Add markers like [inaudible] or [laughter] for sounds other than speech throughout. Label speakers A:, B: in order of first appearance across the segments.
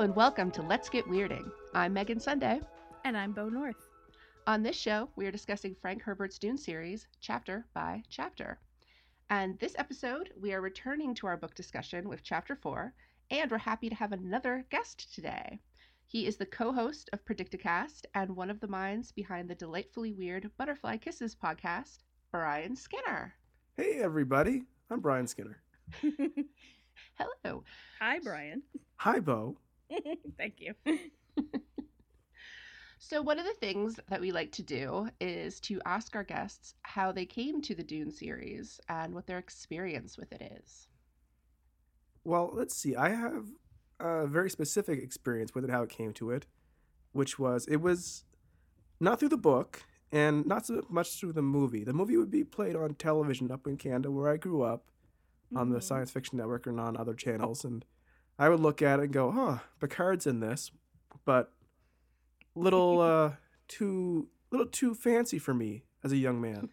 A: and welcome to Let's Get Weirding. I'm Megan Sunday.
B: And I'm Bo North.
A: On this show, we are discussing Frank Herbert's Dune series, chapter by chapter. And this episode, we are returning to our book discussion with chapter four, and we're happy to have another guest today. He is the co host of Predicticast and one of the minds behind the delightfully weird Butterfly Kisses podcast, Brian Skinner.
C: Hey, everybody. I'm Brian Skinner.
A: Hello.
B: [laughs] Hi, Brian.
C: Hi, Bo.
B: Thank you.
A: So, one of the things that we like to do is to ask our guests how they came to the Dune series and what their experience with it is.
C: Well, let's see. I have a very specific experience with it, how it came to it, which was it was not through the book and not so much through the movie. The movie would be played on television up in Canada where I grew up on the
B: Mhm. [laughs]
C: Science Fiction Network and on other channels. And I would look at it and go, huh, Picard's in this, but little uh, too little too fancy for me as a young man.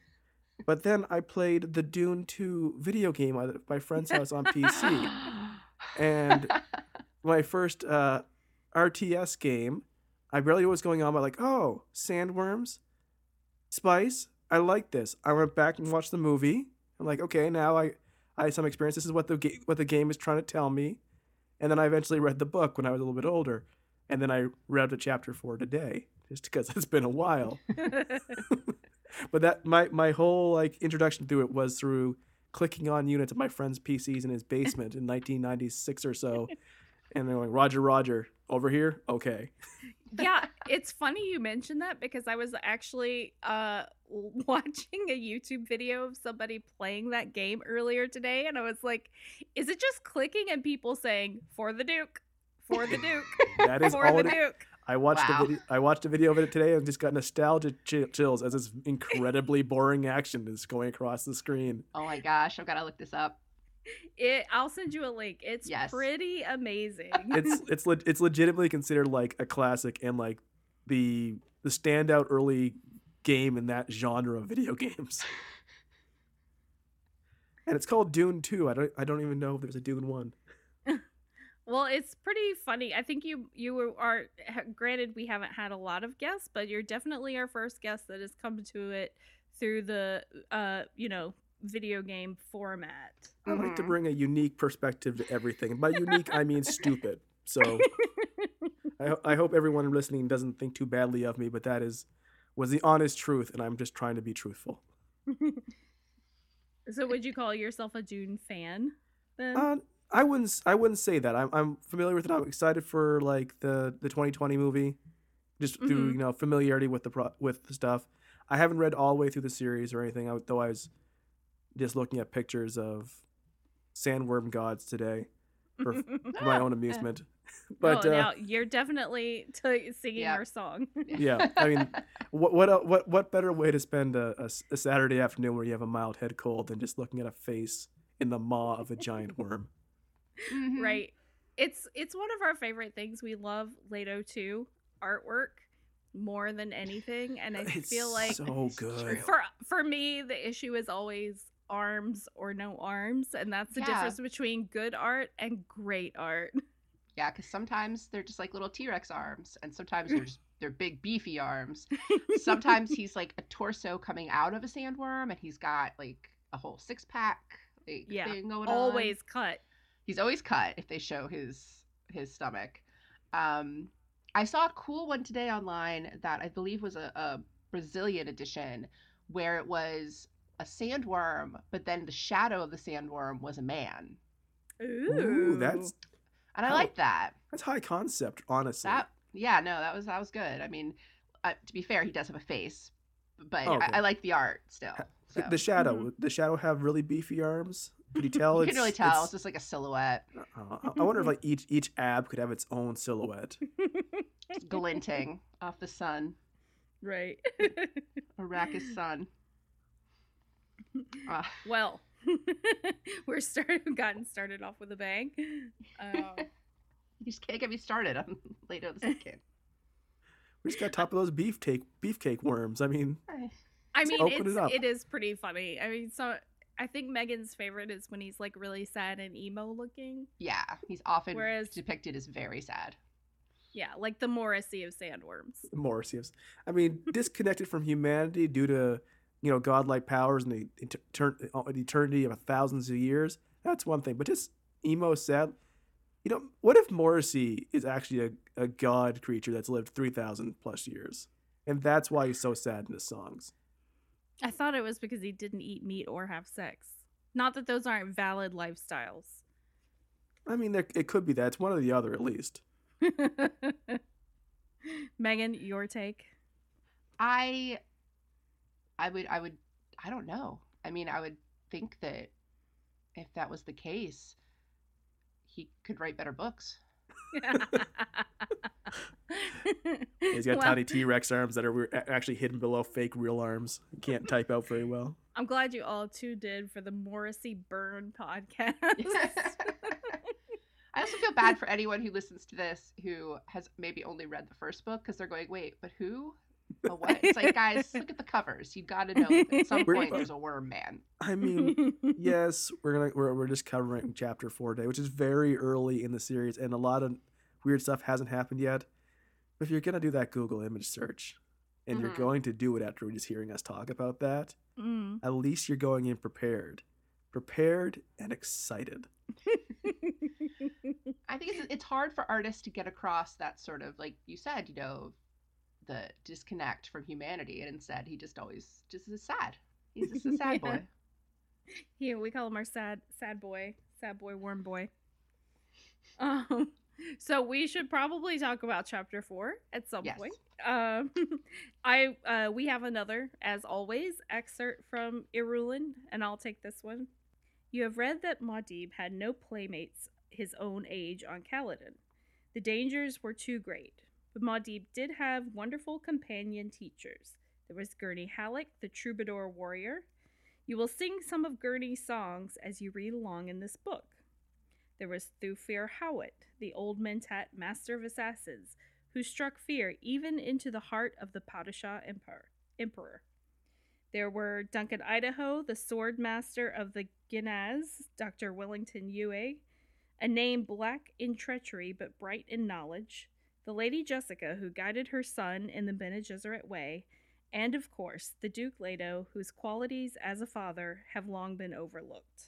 C: But then I played the Dune 2 video game at my friend's house on
A: [laughs]
C: PC. And my first uh, RTS game, I barely knew what was going on, but like, oh, sandworms, spice. I like this. I went back and watched the movie. I'm like, okay, now I, I have some experience. This is what the ga- what the game is trying to tell me. And then I eventually read the book when I was a little bit older, and then I read the chapter four today, just because it's been a while. [laughs] But that my my whole like introduction to it was through clicking on units of my friend's PCs in his basement in 1996 or so, and then going Roger Roger over here. Okay,
B: yeah, it's funny you mentioned that because I was actually uh, [laughs] watching a YouTube video of somebody playing that game earlier today, and I was like, is it just clicking and people saying, for the Duke? For the Duke, [laughs]
C: that is
B: for
C: all.
B: the
C: It,
B: Duke.
C: I watched
A: Wow.
C: the video, I watched a video of it today and just got nostalgia chi- chills as this incredibly boring action is going across the screen.
A: oh my gosh, I've got to look this up. [laughs]
B: It, I'll send you a link. It's
A: Yes.
B: pretty amazing.
C: It's it's le- it's legitimately considered like a classic and like the the standout early game in that genre of video [laughs] games. And it's called Dune 2. I don't I don't even know if there's a Dune 1.
B: Well, it's pretty funny. I think you you are ha- granted we haven't had a lot of guests, but you're definitely our first guest that has come to it through the uh, you know, video game format.
C: I like to
A: Mhm.
C: bring a unique perspective to everything. And by unique, I mean stupid. So I, ho- I hope everyone listening doesn't think too badly of me, but that is was the honest truth, and I'm just trying to be truthful.
B: so would you call yourself a Dune fan then? [laughs]
C: Uh, I wouldn't s- I wouldn't say that. I'm, I'm familiar with it. I'm excited for like the the 2020 movie, just through
B: Mhm.
C: you know familiarity with the pro- with the stuff. I haven't read all the way through the series or anything, I, though. I was just looking at pictures of sandworm gods today for f- for
B: Ah,
C: my own amusement. [laughs] But
B: oh, [laughs]
C: uh,
B: now you're definitely t- singing
A: Yeah.
B: our song. [laughs]
C: yeah, I mean, what what el- what what better way to spend a, a s- a Saturday afternoon where you have a mild head cold than just looking at a face in the maw of a giant worm?
A: Mhm.
B: right it's it's one of our favorite things we love lato 2 artwork more than anything and i
C: It's
B: feel like
C: so
A: It's
C: good.
A: true.
B: for for me the issue is always arms or no arms and that's the
A: Yeah.
B: difference between good art and great art
A: Yeah, because sometimes they're just like little T Rex arms, and sometimes
B: [laughs]
A: they're just, they're big beefy arms. Sometimes he's like a torso coming out of a sandworm, and he's got like a whole six pack like
B: Yeah,
A: thing going on.
B: always cut
A: he's always cut if they show his his stomach. Um, I saw a cool one today online that I believe was a, a Brazilian edition where it was a sandworm, but then the shadow of the sandworm was a man,
B: ooh,
C: Ooh, that's
A: and I
C: Oh.
A: like that.
C: that's high concept, honestly.
A: That yeah, no, that was that was good. I mean, uh, to be fair, he does have a face, but
C: Oh,
A: I, I
C: okay.
A: like the art still. So.
C: Th- The shadow, the shadow have really beefy arms. Could you tell?
A: Mm-hmm. you can really tell it's,
C: it's-
A: just like a
C: [laughs]
A: silhouette,
C: uh, I- I wonder if like each each ab could have its own silhouette.
A: glinting off the sun,
B: [laughs] right
A: Arrakis
C: [laughs]
A: sun. Uh,
B: well [laughs] we're started gotten started off with a bang
C: [laughs]
B: um,
A: [laughs] You just can't get me started [laughs] on Lato the Second.
C: We
A: [laughs]
C: just got top of those beefcake beefcake worms. I mean,
B: I
C: Just
B: mean,
C: open it
B: it's,
C: up.
B: it is pretty funny. I mean, so I think Megan's favorite is when he's like really sad and emo looking.
A: yeah, he's often
B: Whereas-
A: depicted as very sad.
B: Yeah, like the Morrissey of sandworms.
C: Morrissey. is- I mean, disconnected from humanity due to you know godlike powers and the etern- an eternity of thousands of years. That's one thing, but just emo sad. You know, what if Morrissey is actually a, a god creature that's lived three thousand plus years, and that's why he's so sad in his songs?
B: I thought it was because he didn't eat meat or have sex. Not that those aren't valid lifestyles. [laughs]
C: I mean, there, it could be that. It's one or the other, at least.
B: Megan, your take?
A: I I would I would I don't know. I mean, I would think that if that was the case, he could write better books.
C: [laughs] He's got
B: Well, [laughs]
C: tiny T Rex arms that are re- actually hidden below fake real arms. He can't type out very well.
B: I'm glad you all too did for the Morrissey Burn podcast. [laughs]
A: I also feel bad for anyone who listens to this who has maybe only read the first book because they're going, wait, but who? A what? It's like, guys, look at the covers. You got to know that at some
C: We're-
A: point there's a worm man.
C: I mean, yes, we're gonna we're, we're just covering chapter four today, which is very early in the series, and a lot of weird stuff hasn't happened yet. But if you're gonna do that Google image search, and you're
A: Mhm.
C: going to do it after just hearing us talk about that,
B: Mm. [laughs]
C: at least you're going in prepared, prepared and excited.
A: I think
B: [clears throat]
A: it's it's hard for artists to get across that sort of like you said, you know, the disconnect from humanity, and instead he just always just is sad. He's just
B: [laughs]
A: a sad
B: Yeah.
A: boy.
B: Here we call him our sad sad boy, sad boy, worm boy. Um, so we should probably talk about chapter four at some
A: Yes.
B: point. Um, [laughs] I uh, we have another, as always, excerpt from Irulin, and I'll take this one. You have read that Maudib had no playmates his own age on Caladan. The dangers were too great, but Maudib did have wonderful companion teachers. There was Gurney Halleck, the troubadour warrior, you will sing some of Gurney's songs as you read along in this book. There was Thufir Howitt, the old Mentat master of assassins, who struck fear even into the heart of the Padishah Empire- Emperor. There were Duncan Idaho, the sword master of the Ginaz, Dr. Wellington Yue, a name black in treachery but bright in knowledge, the Lady Jessica, who guided her son in the Bene Gesserit way, and of course, the Duke Leto, whose qualities as a father have long been overlooked.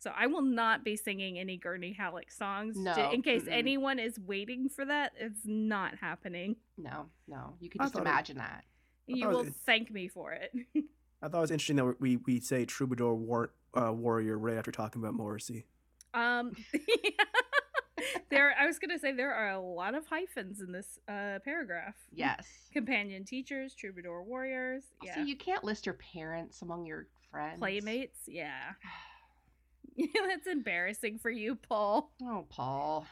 B: So I will not be singing any Gurney Halleck songs.
A: No,
B: ju- In case
A: mm-mm.
B: anyone is waiting for that, it's not happening.
A: No, no, you can
C: I
A: just
C: thought it-
A: imagine that.
C: I
B: You
A: Oh,
C: thought it
B: will
C: was-
B: thank me for it. [laughs]
C: I thought it was interesting that we we say troubadour war, uh, warrior right after talking about Morrissey. [laughs]
B: Um, [laughs] there. I was gonna say there are a lot of hyphens in this uh, paragraph.
A: Yes.
B: [laughs] Companion teachers, troubadour warriors, yeah,
A: Also, you can't list your parents among your friends.
B: playmates,
C: [sighs]
B: yeah. [laughs] That's embarrassing for you, Paul.
A: Oh, Paul.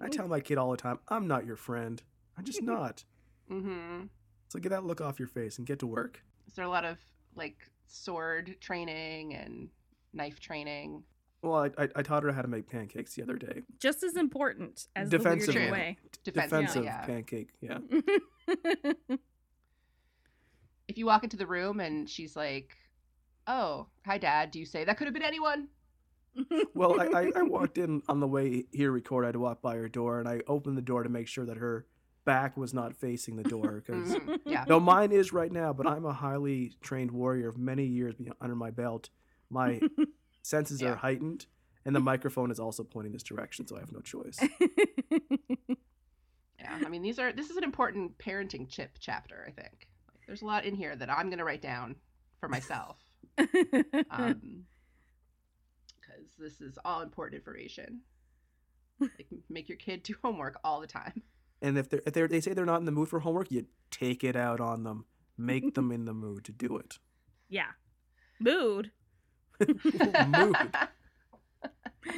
C: I tell my kid all the time, I'm not your friend. I'm just not.
A: Mm-hmm.
C: So get that look off your face and get to work.
A: Is there a lot of like sword training and knife training?
C: Well, I, I, I taught her how to make pancakes the other day.
B: [laughs] Just as important as the
A: Defensively.
B: weird way.
A: Defensive,
C: Defensive
A: yeah.
C: pancake, yeah.
B: [laughs]
A: If you walk into the room and she's like, "Oh, hi, Dad," do you say that could have been anyone?
C: Well, I, I, I walked in on the way here to record. I had to walk by her door, and I opened the door to make sure that her back was not facing
A: [laughs]
C: the door.
B: [laughs]
C: Because
A: Mhm, Yeah.
C: though mine is right now, but I'm a highly trained warrior of many years be- under my belt.
A: [laughs]
C: My senses
A: Yeah.
C: are heightened, and the microphone is also pointing this direction, so I have
A: [laughs]
C: no choice.
A: Yeah, I mean these are this is an important parenting chip chapter. I think there's a lot in here that I'm gonna write down for myself because
C: Um,
A: this is all important information. Like make your kid do homework all the time.
C: And if they if they're, they say they're not in the mood for homework, you take it out on them. Make them in the mood to
A: [laughs]
C: do it.
B: yeah, mood.
A: [laughs]
C: Mood. I,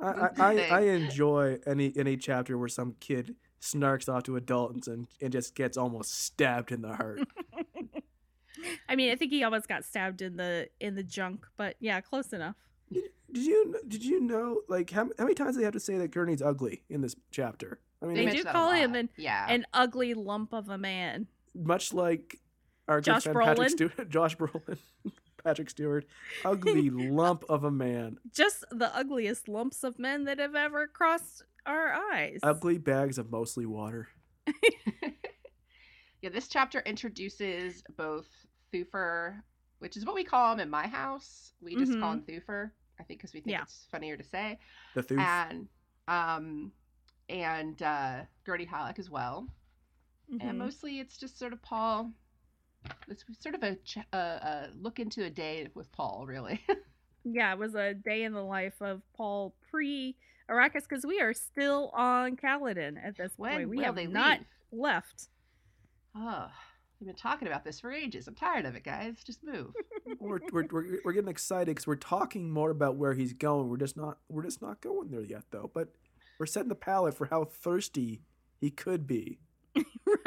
C: I, I,
A: Thing.
C: I enjoy any any chapter where some kid snarks off to adults and, and just gets almost stabbed in the heart.
B: [laughs] I mean, I think he almost got stabbed in the in the junk, but yeah, close enough.
C: did you did you know like how, how many times do they have to say that Gurney's ugly in this chapter? I mean,
B: They
C: much,
A: mention
B: do
A: that a
B: call him
A: lot.
B: an-
A: yeah
B: An ugly lump of a man.
C: much like our good
B: Josh
C: friend Patrick Stewart, [laughs] Josh Brolin,
B: [laughs]
C: Patrick Stewart, ugly lump of a man.
B: just the ugliest lumps of men that have ever crossed our eyes.
C: Ugly bags of mostly water.
A: [laughs] Yeah, this chapter introduces both Thufir, which is what we call him in my house. We just call him Thufir, I think, because we think
B: Yeah.
A: it's funnier to say.
C: The thoof.
B: Ah,
A: And um, and uh, Gertie Halleck as well.
B: Mhm.
A: And mostly it's just sort of Paul. It's sort of a, ch- a, a look into a day with Paul, really. [laughs]
B: yeah, it was a day in the life of Paul pre Arrakis because we are still on Kaladin at this
A: when
B: point. We
A: will
B: have
A: they
B: not
A: leave?
B: left. [laughs]
A: Oh, we've been talking about this for ages. I'm tired of it, guys. Just move.
C: we're, we're, we're, we're getting excited because we're talking more about where he's going. We're just not we're just not going there yet though. But we're setting the palette for how thirsty he could be.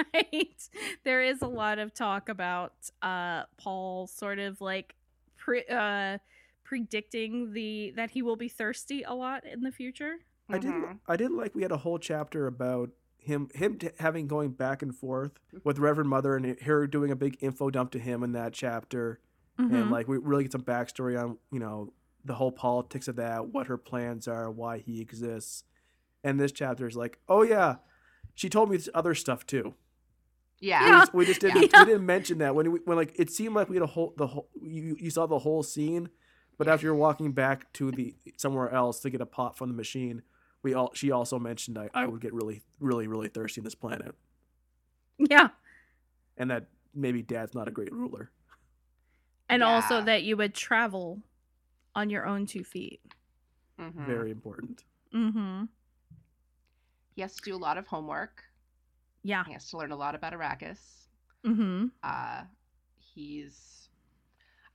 B: right there is a lot of talk about uh paul sort of like pre- uh predicting the that he will be thirsty a lot in the future
C: I did
A: Mhm.
C: I did like we had a whole chapter about him him t- having going back and forth with Reverend Mother and her doing a big info dump to him in that chapter.
B: Mm-hmm.
C: and like we really get some backstory on you know the whole politics of that what her plans are why he exists and this chapter is like oh yeah she told me this other stuff too we
A: Yeah.
B: Yeah.
C: just, we just didn't
B: Yeah.
C: we didn't mention that when we, when like it seemed like we had a whole the whole you, you saw the whole scene but after you're walking back to the somewhere else to get a pot from the machine we all she also mentioned I, I would get really really really thirsty on this planet
B: yeah
C: and that maybe dad's not a great ruler
B: and also
A: Yeah.
B: that you would travel on your own two feet
A: Mhm.
C: very important
B: mm-hmm
A: He has to do a lot of homework.
B: yeah
A: He has to learn a lot about Arrakis.
B: mm-hmm
A: uh he's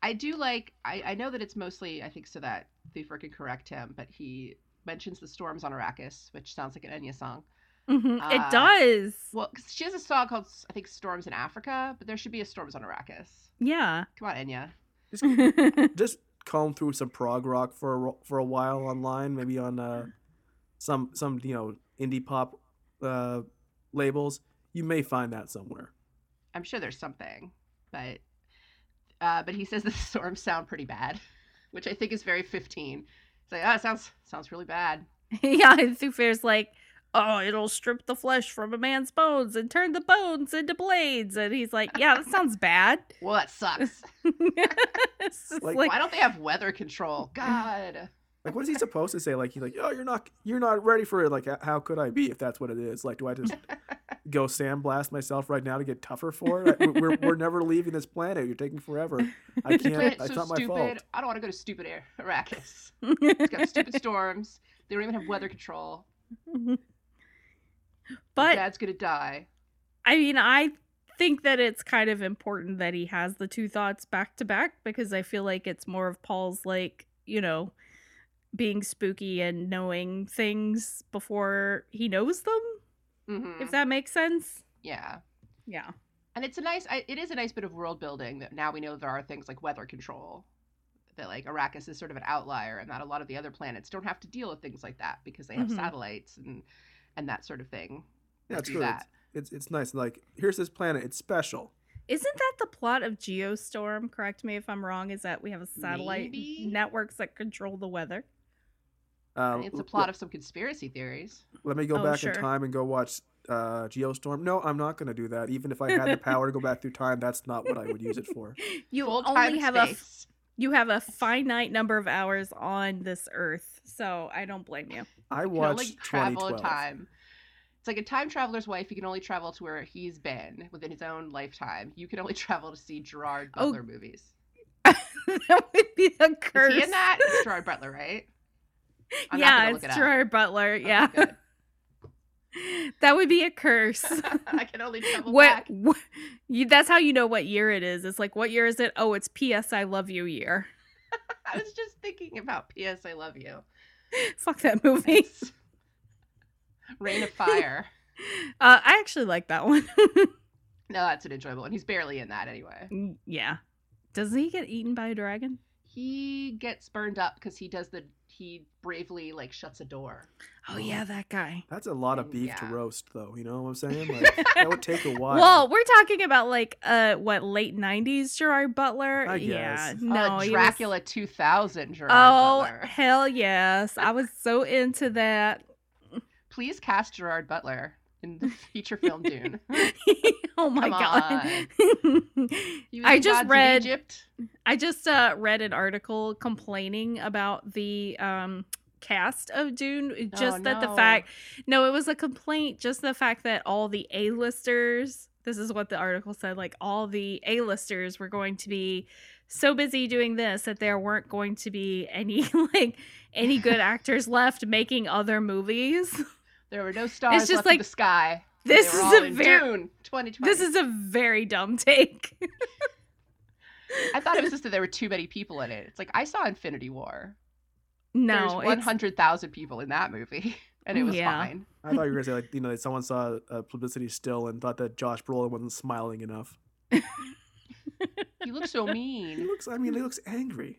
A: i do like i i know that it's mostly i think so that Thufir can correct him but he mentions the storms on arrakis which sounds like an enya song
B: hmm
A: Uh,
B: it does
A: well 'cause she has a song called i think storms in africa but there should be a storms on arrakis [laughs]
B: yeah
A: come on enya
C: just comb through some prog rock for a, for a while online, maybe on uh, some some you know indie pop uh, labels. You may find that somewhere.
A: i'm sure there's something but uh but he says the [laughs] storms sound pretty bad which i think is very 15 it's like oh it sounds sounds really bad
B: yeah and Thufair's like oh it'll strip the flesh from a man's bones and turn the bones into blades and he's like yeah that sounds bad [laughs]
A: well that sucks
B: it's just
C: Like,
B: like,
A: why don't they have weather control god
C: Like, what is he supposed to say? Like, he's like, oh, you're not you're not ready for it. Like, h- how could I be if that's what it is? Like, do
A: [laughs]
C: I just go sandblast myself right now to get tougher for it? I- we're, we're never leaving this planet. You're
A: [laughs]
C: taking forever. I can't.
A: planet's
C: It's
A: so
C: not my
A: stupid.
C: fault.
A: I don't want to go to stupid Ar- Arrakis. It's got
C: [laughs]
A: stupid storms. They don't even have weather control.
B: [laughs] but
A: Dad's gonna die.
B: I mean, I think that it's kind of important that he has the two thoughts back to back because I feel like it's more of Paul's like, you know, being spooky and knowing things before he knows them,
A: hmm
B: if that makes sense.
A: yeah,
B: Yeah.
A: and it's a nice. I, it is a nice bit of world building that now we know there are things like weather control. That like Arrakis is sort of an outlier, and that a lot of the other planets don't have to deal with things like that because they have
B: Mhm.
A: satellites and and that sort of thing.
C: Yeah,
A: that
C: it's
A: do
C: good.
A: that.
C: It's it's nice. Like, here's this planet. It's special.
B: Isn't that the plot of Geostorm? Correct me if I'm wrong, is that we have satellite
A: Maybe?
B: networks that control the weather. [laughs]
A: I
C: Um,
A: think it's a
C: l-
A: plot of some conspiracy theories.
C: Let me go
B: Oh,
C: back
B: sure.
C: in time and go watch uh, Geostorm. No, I'm not going to do that. Even if I had the power to go back through time, that's not what I would use it
A: [laughs]
C: for.
B: You
A: Full time
B: only have a f-
A: space.
B: you have a finite number of hours on this earth, so I don't blame you. [laughs]
C: I
A: You can only
C: watched
A: travel in
C: 2012.
A: time. It's like a time traveler's wife. You can only travel to where he's been within his own lifetime. You can only [laughs] travel to see Gerard
B: Oh,
A: Butler movies.
B: that would be the curse.
A: Is he in that? It's Gerard Butler, right? I'm not
B: yeah,
A: gonna
B: it's
A: look it up. Oh
B: Gerard Butler.
A: Okay,
B: yeah,
A: good.
B: [laughs] that would be
A: [laughs]
B: a curse. [laughs]
A: I can only travel
B: what?
A: back.
B: what you, that's how you know what year it is. It's like what year is it? Oh, it's P.S. I love you year. [laughs]
A: I was just thinking about P.S. I Love You.
B: Fuck that movie.
A: It's Rain of Fire.
B: Uh, I actually like that one. [laughs]
A: No, that's an enjoyable one. He's barely in that anyway.
B: Mm, yeah. Doesn't he get eaten by a dragon?
A: He gets burned up because he does the he bravely like shuts a door.
B: Oh yeah, that guy.
C: That's a lot of beef to
A: Yeah.
C: roast, though. You know what I'm saying? Like,
A: [laughs]
C: that would take a while.
B: Well, we're talking about like uh what late '90s Gerard Butler.
C: I
B: Yeah,
C: guess.
B: no,
A: oh,
B: he was-
A: Dracula 2000, Gerard
B: Oh
A: Butler. [laughs]
B: hell yes! I was so into that. [laughs]
A: Please cast Gerard Butler in the feature film Dune.
B: oh my
A: Come
B: god. [laughs]
A: He was
B: I
A: the
B: just
A: gods of
B: read
A: Egypt.
B: I just uh, read an article complaining about the um, cast of Dune. Just that the
A: Oh, no.
B: fact, no, it was a complaint. Just the fact that all the A-listers. This is what the article said. Like all the A-listers were going to be so busy doing this that there weren't going to be any [laughs] like any good actors left making other movies.
A: There were no stars
B: just
A: left in
B: like-
A: the sky. They
B: This
A: were
B: is
A: all
B: a
A: in
B: very
A: Dune 2020.
B: this is a very dumb [laughs] take.
A: I thought it
B: [laughs]
A: was just that there were too many people in it. It's like I saw Infinity War. There's
B: no, it's- Mm,
A: 100,000 people in that movie, [laughs] and it was
B: Yeah.
A: fine.
C: I thought you were gonna say like you know like someone saw a publicity still and thought that Josh Brolin wasn't smiling enough.
A: He looks so
C: He
A: mean.
C: looks. I mean, he looks angry.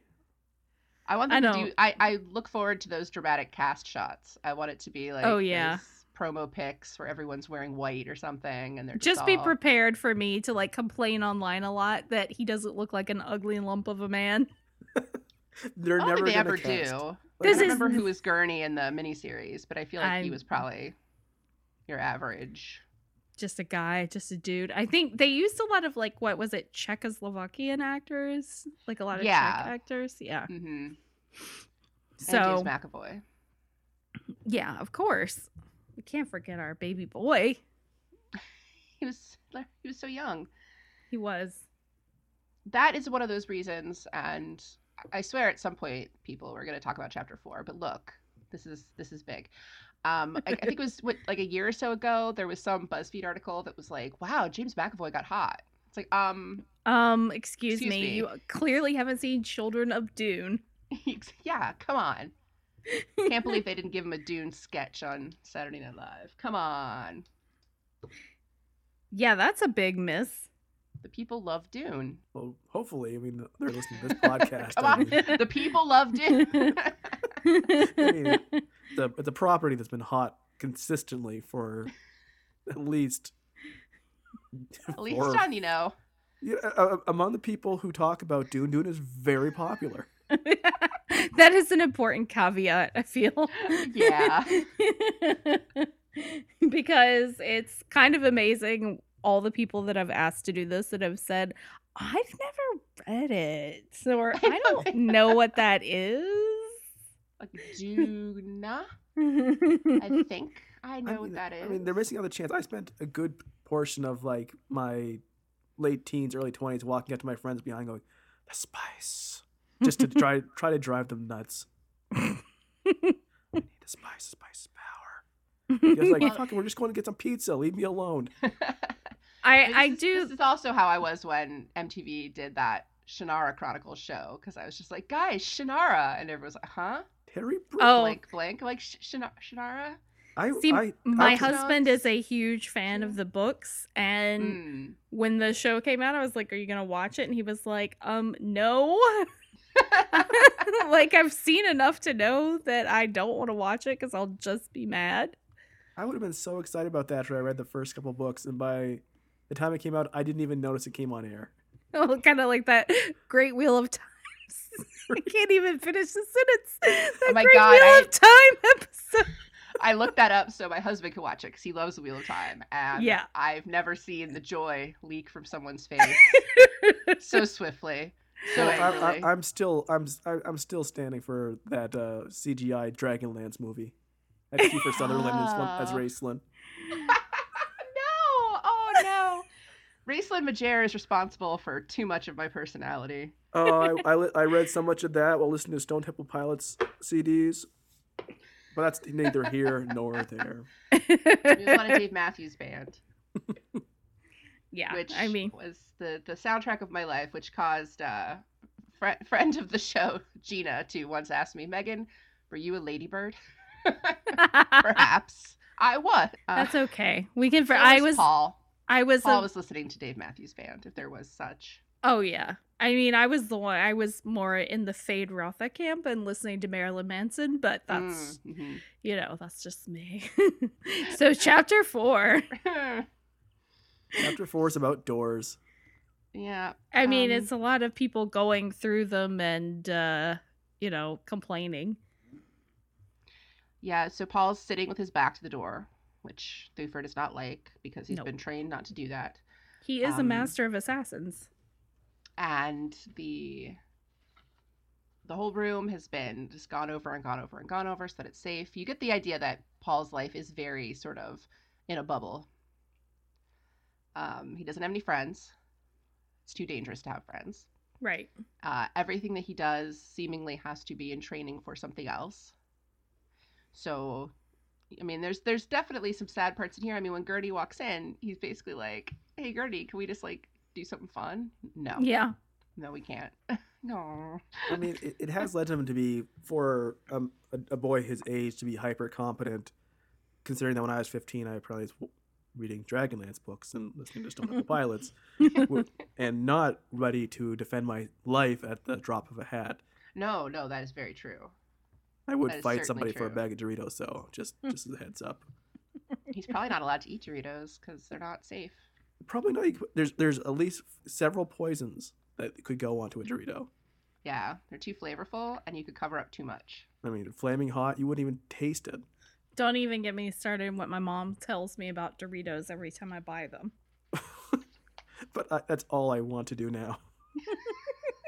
A: I want
B: I
A: them to
B: know.
A: do. I, I look forward to those dramatic cast shots. I want it to be like
B: Oh, yeah.
A: those promo pics where everyone's wearing white or something, and they're just,
B: just be
A: all-
B: prepared for me to like complain online a lot that he doesn't look like an ugly lump of a man.
C: They're
A: I don't think Oh,
C: never
A: they
C: gonna
A: ever
C: cast.
A: do.
C: Like,
A: I don't
B: This is-
A: remember who was Gurney in the miniseries, but I feel like he
B: I'm-
A: was probably your average.
B: Just a guy, just a dude. I think they used a lot of like what was it Czechoslovakian actors, like a lot of
A: Yeah.
B: Czech actors. Yeah.
A: hmm
B: So
A: and James McAvoy.
B: yeah, of course, we can't forget our baby boy.
A: He was he was so young.
B: He was.
A: That is one of those reasons, and I swear at some point people we're going to talk about chapter four. But look, this is this is big. Um, I, I think it was what, like a year or so ago. There was some BuzzFeed article that was like, "Wow, James McAvoy got hot." It's like, um, [laughs]
B: Um, excuse,
A: Excuse
B: me,
A: me.
B: you clearly haven't seen Children of Dune.
A: yeah, come on. Can't believe they didn't give him a Dune sketch on Saturday Night Live. Come on.
B: [laughs] Yeah, that's a big miss.
A: The people love Dune.
C: Well, hopefully, I mean, they're listening
A: [laughs]
C: to this podcast.
A: Come
C: I
A: on. [laughs]
C: mean,
B: [laughs]
A: The people love Dune. [laughs]
C: mean- the it's a property that's been hot consistently for at least
A: At least
C: four-
A: on, you know.
C: Yeah, a- a- among the people who talk about Dune, Dune is very popular.
B: [laughs] that is an important caveat, I feel.
A: Yeah.
B: [laughs] because it's kind of amazing all the people that I've asked to do this that have said, I've never read it. So
A: [laughs]
B: or
A: I
B: I don't know what that is.
A: Like Dune. I
B: [laughs] I
A: think. I know
C: mean,
A: what that is.
C: I mean, they're missing out the chance. I spent a good portion of like my late teens, early twenties, walking up to my friends behind, going, "The spice,"
A: [laughs]
C: just to try try to drive them nuts. I need the spice, spice power. I
B: [laughs]
C: was
A: [laughs]
C: like,
A: Yeah.
C: "Fuck it, we're just going to get some pizza. Leave me alone."
A: [laughs]
B: I,
A: This
B: I
A: is-
B: do
A: This is also how I was when MTV did that Shannara Chronicles show because I was just like, guys, Shannara, and everyone was like, huh?
C: Terry Brooks.
B: Oh.
A: Blank, blank. I'm like "Sh- Shana- Shannara.
C: I,
B: see
C: I,
B: my
C: I was-
B: husband is a huge fan
A: Yeah.
B: of the books and
A: Mm.
B: when the show came out, I was like, "Are you gonna watch it?" And he was like, "Um,
A: [laughs]
B: no." [laughs]
A: Hmm.
B: like I've seen enough to know that I don't want to watch it because I'll just be mad. [laughs]
C: I would have been so excited about that after I read the first couple books, and by the time it came out, I didn't even notice it came on air.
B: kind of like that Great Wheel of Time. [laughs] I can't even finish the sentence. That
A: Oh my
B: Great
A: God,
B: Wheel
A: I-
B: of Time episode.
A: [laughs] I looked that up so my husband could watch it because he loves The Wheel of Time. And
B: Yeah.
A: I've never seen the joy leak from someone's face
B: [laughs]
A: so swiftly. So
C: Well, I,
A: angrily.
C: I, I'm still I'm I, am i am still standing for that uh, CGI Dragonlance movie. That's Kiefer Sutherland as, Lon- as
A: Oh.
C: Raceland.
A: no! Oh no! Raceland Majer is responsible for too much of my personality.
C: Oh, I, I, li- I read so much of that while listening to Stone Temple Pilots CDs, but that's neither here nor there.
B: [laughs]
A: He was on a Dave Matthews band,
B: yeah,
A: which [laughs]
B: I mean,
A: was the the soundtrack of my life, which caused uh, fri friend of the show Gina to once ask me, Megan, were you a ladybird? [laughs] Perhaps I was. Uh,
B: that's okay. We can. For
A: so
B: I was.
A: Paul.
B: I was.
A: Paul
B: a-
A: was listening to Dave Matthews Band, if there was such.
B: Oh yeah. I mean, I was the one. I was more in the Fade Rotha camp and listening to Marilyn Manson, but that's
A: Mm,
B: you know that's just me. [laughs] so chapter four.
A: mhm.
C: Chapter four is about doors.
A: [laughs] yeah.
B: I mean,
A: Um,
B: it's a lot of people going through them and uh, you know complaining.
A: Yeah, so Paul's sitting with his back to the door, which Thufir does not like because he's
B: Nope.
A: been trained not to do that.
B: He is a
A: Um,
B: master of assassins.
A: And the the whole room has been just gone over and gone over and gone over so that it's safe. You get the idea that Paul's life is very sort of in a bubble. Um, he doesn't have any friends. It's too dangerous to have friends.
B: Right.
A: uh, everything that he does seemingly has to be in training for something else. So, I mean, there's there's definitely some sad parts in here. I mean, when Gertie walks in, he's basically like, "Hey, Gertie, can we just like do something fun?" No,
B: Yeah.
A: no, we can't. [laughs] no.
C: I mean, it, it has led him to be, for um, a, a boy his age, to be hyper competent. Considering that when I was 15, I probably was w- reading Dragonlance books and listening to Stone
A: [laughs]
C: Temple Pilots, w- and not ready to defend my life at the drop of a hat.
A: No, no, that is very true.
C: I
A: That is
C: would
A: certainly
C: fight somebody for a
A: true. Hmm.
C: bag of Doritos, so just just as a heads up.
A: He's probably not allowed to eat Doritos because they're not safe.
C: Probably not. equi- There's there's at least several poisons that could go onto a Dorito.
A: Yeah, they're too flavorful, and you could cover up too much.
C: I mean, flaming hot, you wouldn't even taste it.
B: Don't even get me started on what my mom tells me about Doritos every time I buy them. [laughs]
C: But I, that's all I want to do now. [laughs]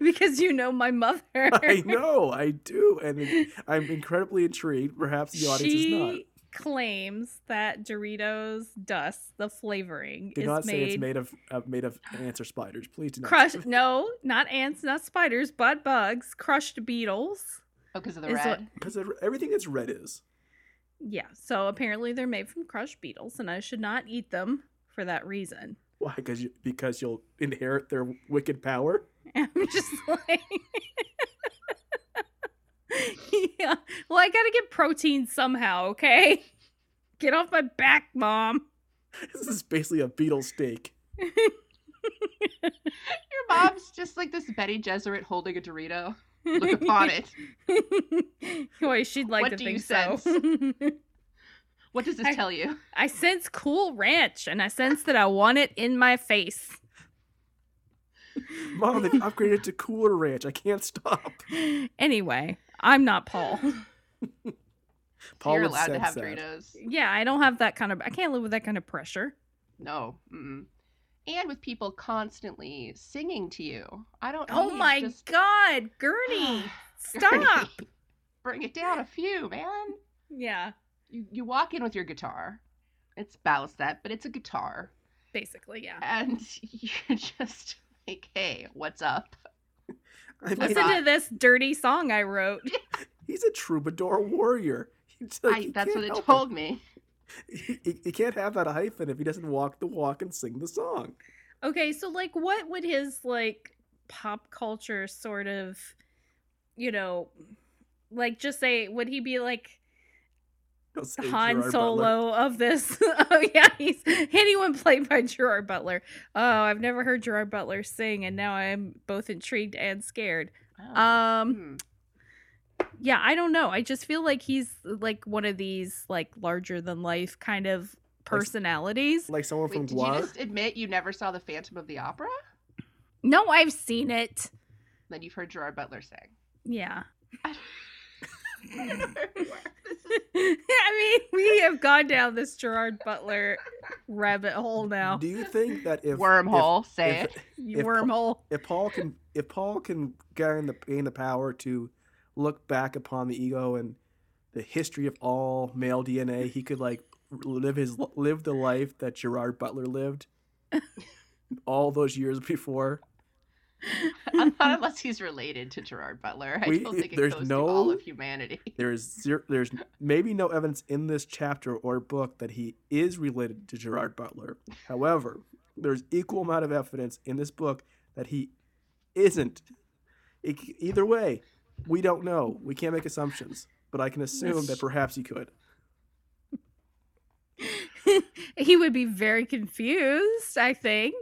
B: because you know
A: [laughs]
B: my mother.
C: I know, I do,
B: [laughs]
C: and it- I'm incredibly intrigued. Perhaps the audience
B: she
C: is not.
B: claims that Doritos dust, the flavoring,
C: Do
B: is
C: not
B: made,
C: say it's made of uh, made of answer spiders. Please do not.
B: crushed. No, not ants, not spiders, but bugs, crushed beetles.
A: Oh, because of the
B: Is
A: red.
B: what-
C: because everything that's red is.
B: Yeah, so apparently they're made from crushed beetles, and I should not eat them for that reason. [laughs]
C: Why? Because you, because you'll inherit their wicked power. [laughs]
B: I'm just like, [laughs] yeah. Well, I gotta get protein somehow. Okay, get off my back, mom.
C: This is basically a beetle steak.
A: Your mom's just like this Betty Jesuit holding a Dorito. Look upon it.
B: [laughs] Boy, she'd like
A: What
B: to
A: do you
B: think so. [laughs]
A: What does this
B: I-
A: tell you?
B: I sense cool ranch, and I sense that I want it in my face.
C: Mom, they've upgraded to Cooler Ranch. I
A: [laughs]
C: can't stop.
B: Anyway, I'm not
A: [gasps]
B: Paul.
C: Paul
A: You're
C: would
A: allowed to
C: sense
A: have
C: that.
A: Doritos.
B: Yeah, I don't have that kind of. I can't live with that kind of pressure.
A: No. Mm-mm. And with people constantly singing to you. I don't
B: Oh
A: need
B: my
A: just-
B: God, Gurney,
A: [gasps] Gurney,
B: stop!
A: Bring it down a few, man.
B: Yeah,
A: You, you walk in with your guitar. It's balistat, but it's a guitar.
B: basically, yeah.
A: And [laughs] you're just like, hey, what's up?
C: I mean,
B: Listen to this dirty song
A: [laughs]
B: I wrote.
C: [laughs] he's a troubadour warrior. [laughs] He's like,
A: I,
C: you
A: that's
C: can't
A: what it
C: help him.
A: told me.
C: [laughs] He, he- he can't have that hyphen if he doesn't walk the walk and sing the song.
B: Okay, so like, what would his like pop culture sort of, you know, like just say? Would he be like?
C: He'll say Gerard
B: Han
C: Butler.
B: Solo of this. [laughs] oh yeah, he's anyone played by Gerard Butler. Oh, I've never heard Gerard Butler sing, and now I'm both intrigued and scared.
A: Oh,
B: Um,
A: hmm.
B: yeah, I don't know. I just feel like he's like one of these like larger than life kind of personalities.
C: Like someone
A: Wait,
C: from
A: did you
C: Guar.
A: just admit you never saw The Phantom of the Opera?
B: No, I've seen it.
A: Then you've heard Gerard Butler
C: [laughs]
A: sing.
B: Yeah. [laughs]
A: [laughs] This is
B: I mean, we have gone down this Gerard
C: [laughs]
B: Butler rabbit hole now.
C: Do you think that if
A: wormhole, say
C: if,
A: it. [laughs]
C: if,
B: You
C: if-
B: wormhole.
C: if Paul can if Paul can gain the gain the power to look back upon the ego and the history of all male DNA, he could like live his live the life that Gerard Butler lived all those years before.
A: Un- [laughs] Not unless he's related to Gerard Butler. I
C: We-
A: don't think it
C: there's
A: goes through all
C: no-
A: of
C: [laughs]
A: humanity.
C: There is zero, there's maybe no evidence in this chapter or book that he is related to Gerard Butler. However, there's equal amount of evidence in this book that he isn't. It, c- either way, we don't know. We can't make assumptions, but I can assume that perhaps he could.
B: [laughs] he would be very confused, I think.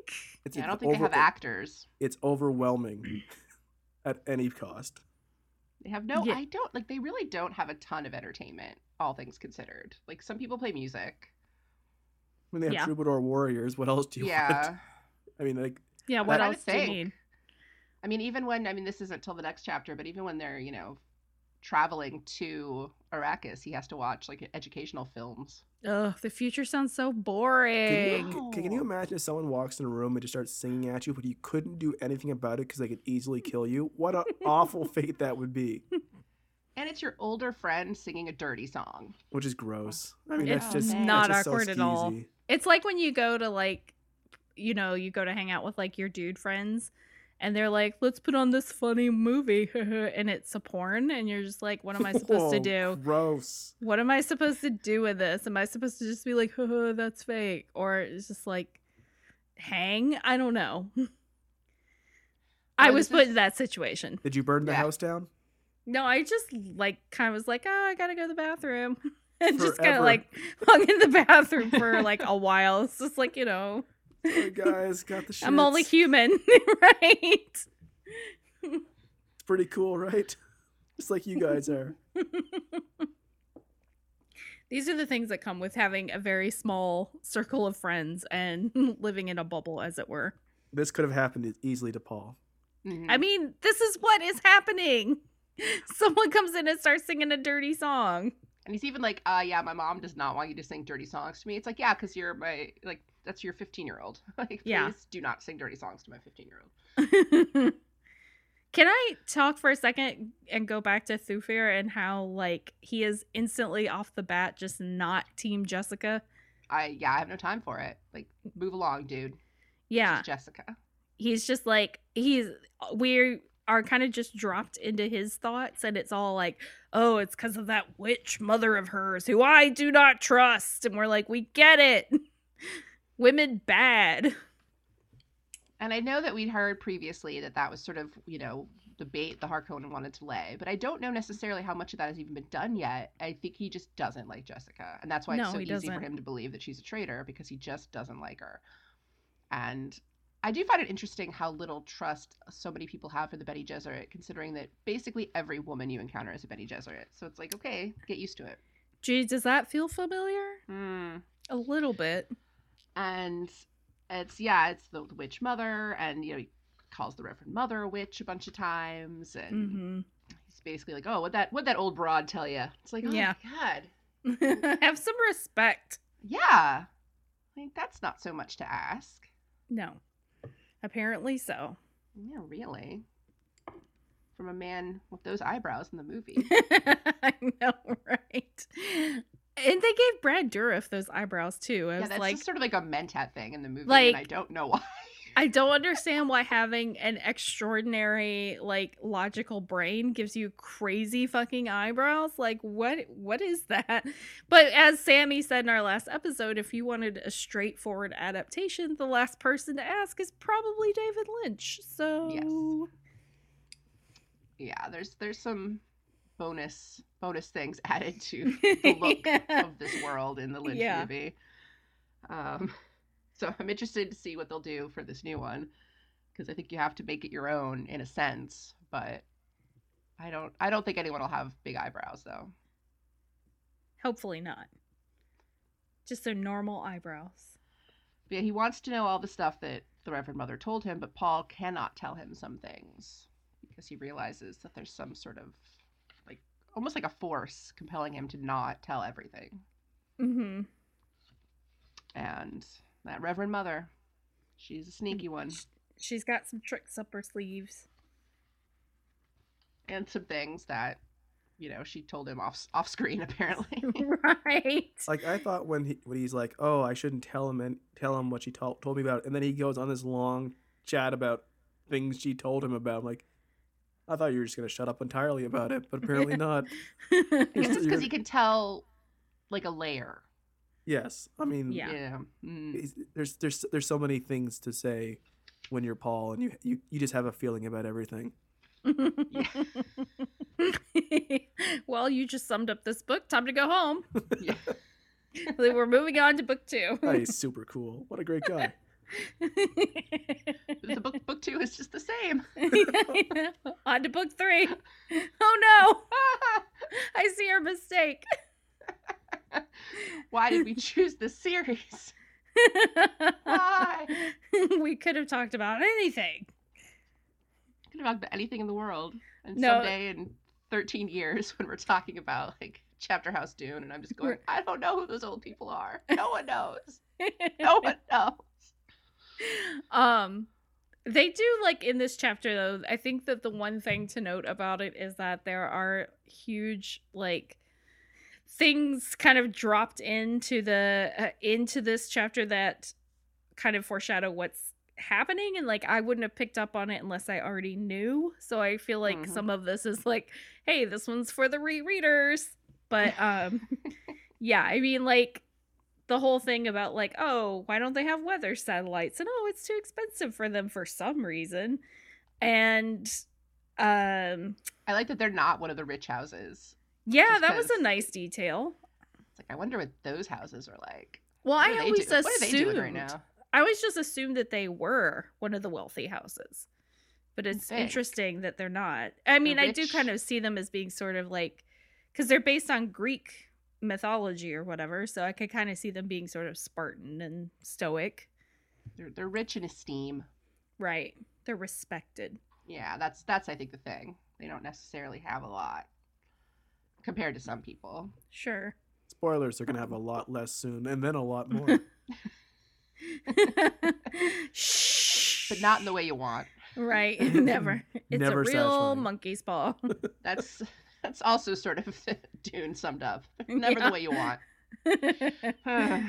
C: It's,
A: Yeah, I
C: it's
A: don't think they have
C: over-
A: actors.
C: It's overwhelming at any cost.
A: They have no.
B: Yeah.
A: I don't like. They really don't have a ton of entertainment, all things considered. Like some people play music.
C: I mean, they have
B: Yeah.
C: troubadour warriors. What else do you
A: Yeah.
C: want? [laughs] I mean, like
B: Yeah,
A: But
B: what
A: I
B: else
A: would
B: do you
A: think-
B: need?
A: I mean, even when I mean this isn't till the next chapter, but even when they're you know traveling to Arrakis, he has to watch like educational films.
B: Ugh, the future sounds so
C: Can
B: boring.
C: you, c- can you imagine if someone walks in a room and just starts singing at you, but you couldn't do anything about it because they could easily kill you? What an awful fate that would be.
A: And it's your older friend singing a dirty song.
C: Which is gross. I mean,
B: It's
C: that's just that's
A: not
C: just so
B: awkward at all.
C: skeezy.
B: It's like when you go to like, you know, you go to hang out with like your dude friends, and they're like, "Let's put on this funny movie," [laughs] and it's a porn, and you're just like, "What am I
A: [laughs]
B: supposed to
C: [laughs] Whoa,
A: Oh.
B: do?
C: Gross.
B: What am I supposed to do with this? Am I supposed to just be like, "Haha, that's fake," or it's just like, hang? I don't know. [laughs] I
A: Well,
B: was
A: this
B: put
A: is-
B: in that situation.
C: Did you burn the
A: Yeah.
B: [laughs]
C: house down?
B: No, I just like kind of was like, oh, I gotta go to the bathroom. [laughs] And just kind of
C: Forever.
B: like hung in the bathroom for like a while. It's just like, you know,
C: Sorry, guys, got the shit.
B: I'm only human, [laughs] right?
C: It's pretty cool, right? [laughs] Just like you
B: [laughs]
C: guys are.
B: These are the things that come with having a very small circle of friends and [laughs] living in a bubble, as it were.
C: This could have happened as easily to Paul.
A: Mhm.
B: I mean, this is what is happening. [laughs] Someone comes in and starts singing a dirty song.
A: and he's even like, uh, yeah, my mom does not want you to sing dirty songs to me. It's like, yeah, because you're my, like, that's your 15 year old. [laughs] Like,
B: Yeah.
A: please do not sing dirty songs to my 15 year old.
B: [laughs] Can I talk for a second and go back to Thufir and how like he is instantly off the bat just not team Jessica?
A: I, yeah, I have no time for it. Like, move along, dude. It's
B: Yeah.
A: Jessica.
B: He's just like he's we are kind of just dropped into his thoughts and it's all like, "Oh, it's cuz of that witch mother of hers who I do not trust." And we're like, "We get it." [laughs] Women bad.
A: And I know that we'd heard previously that that was sort of, you know, the bait the Harkonnen wanted to lay, but I don't know necessarily how much of that has even been done yet. I think he just doesn't like Jessica. And that's why
B: No,
A: it's so
B: he
A: easy for
B: doesn't.
A: him to believe that she's a traitor because he just doesn't like her. And I do find it interesting how little trust so many people have for the Betty Gesserit, considering that basically every woman you encounter is a Betty Gesserit. So it's like, okay, get used to it.
B: Gee, does that feel familiar?
A: Hmm.
B: A little bit.
A: and it's yeah, it's the, the witch mother, and you know he calls the Reverend Mother a witch a bunch of times, and
B: Mhm.
A: he's basically like, oh, what that what that old broad tell you? It's like, oh
B: Yeah.
A: my god,
B: [laughs] Have some respect.
A: yeah, like that's not so much to ask.
B: No. Apparently so. [laughs]
A: Yeah, really, from a man with those eyebrows in the movie.
B: [laughs] I know, right? And they gave Brad Dourif those eyebrows too. I
A: yeah,
B: was
A: that's
B: like,
A: just sort of like a mentat thing in the movie,
B: Like-
A: and I don't know why. [laughs]
B: I don't understand why having an extraordinary, like, logical brain gives you crazy fucking eyebrows. Like, what? What is that? But as Sammy said in our last episode, if you wanted a straightforward adaptation, the last person to ask is probably David Lynch. So, [laughs]
A: Yeah, there's there's some bonus bonus things [laughs] added to the look
B: [laughs] Yeah.
A: of this world in the Lynch
B: Yeah.
A: movie. Um, [laughs] so I'm interested to see what they'll do for this new one because I think you have to make it your own in a sense, but I don't I don't think anyone will have big eyebrows though.
B: Hopefully not. Just their normal eyebrows.
A: But yeah, he wants to know all the stuff that the Reverend Mother told him, but Paul cannot tell him some things because he realizes that there's some sort of like almost like a force compelling him to not tell everything.
B: Mm-hmm.
A: And that Reverend Mother, she's a sneaky one.
B: She's got some tricks up her sleeves.
A: and some things that you know she told him off off screen [laughs] apparently
B: [laughs] right.
C: Like I thought when he when he's like, oh, I shouldn't tell him and tell him what she told told me about, and then he goes on this long chat about things she told him about. I'm like, I thought you were just gonna shut up entirely about it,
B: [laughs]
C: but apparently not.
A: i guess it's
C: You're-
A: because he can tell like a layer
C: Yes, I mean,
B: Yeah.
A: yeah [laughs] Mm.
C: is- there's there's there's so many things to say when you're Paul and you you, you just have a feeling about everything.
B: well, you just summed up this book. Time to go home.
A: Yeah.
B: [laughs] We're moving on to book two. [laughs]
C: That is super cool. What a great guy.
A: the book book two is just the same [laughs]
B: on to book three. Oh no! I see your mistake. [laughs]
A: why did [laughs] we choose this series [laughs] Why?
B: we could have talked about anything. [laughs]
A: could have talked about anything in the world and
B: No.
A: someday in 13 years [laughs] when we're talking about like Chapter House Dune, and I'm just going, I don't know who those old people [laughs] are. No one knows. No [laughs] one knows.
B: um they do like in this chapter though i think that the one thing to note about it is that there are huge like things kind of dropped into the uh, into this chapter that kind of foreshadow what's happening and like i wouldn't have picked up on it unless i already knew so i feel like
A: Mhm.
B: some of this is like hey this one's for the rereaders but um yeah i mean like the whole thing about like oh why don't they have weather satellites and oh it's too expensive for them for some reason and um
A: I like that they're not one of the rich houses.
B: yeah
A: Just
B: that was a
A: 'cause.
B: nice detail
A: It's like I wonder what those houses are like.
B: well
A: What
B: i
A: do they
B: always
A: do?
B: assumed
A: What are they doing right now?
B: i always just assumed that they were one of the wealthy houses but it's
A: think.
B: interesting that they're not i mean i do
A: rich.
B: kind of see them as being sort of like because they're based on greek mythology or whatever so i could kind of see them being sort of spartan and stoic
A: They're they're rich in esteem.
B: right they're respected
A: Yeah, that's that's I think the thing. They don't necessarily have a lot compared to some people. [laughs]
B: Sure. [laughs]
C: Spoilers, they're going to have a lot less soon and then a lot more.
B: Shh.
A: But
B: [laughs]
A: not in the way you want. [laughs]
B: Right. Never. It's
C: Never
B: a real
C: satisfying.
B: monkey's [laughs] paw.
A: That's that's also sort of [laughs] Dune summed up. [laughs] Never
B: Yeah.
A: the way you
B: [laughs]
A: [sighs] want.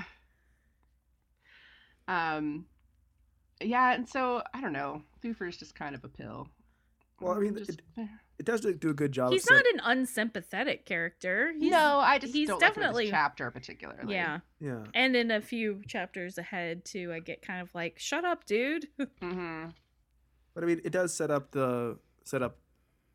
A: um yeah, and so I don't know. Thoofer's just kind of a pill.
C: Well, I mean,
A: Just-
C: it, it does do a good job. of
B: he's
C: saying-
B: not an unsympathetic character. He's,
A: no, I just
B: he's
A: don't like him in
B: definitely-
A: this chapter particularly.
B: Yeah.
C: Yeah.
B: And in a few chapters ahead, too, I get kind of like, shut up, dude. [laughs]
A: hmm
C: But I mean, it does set up the set up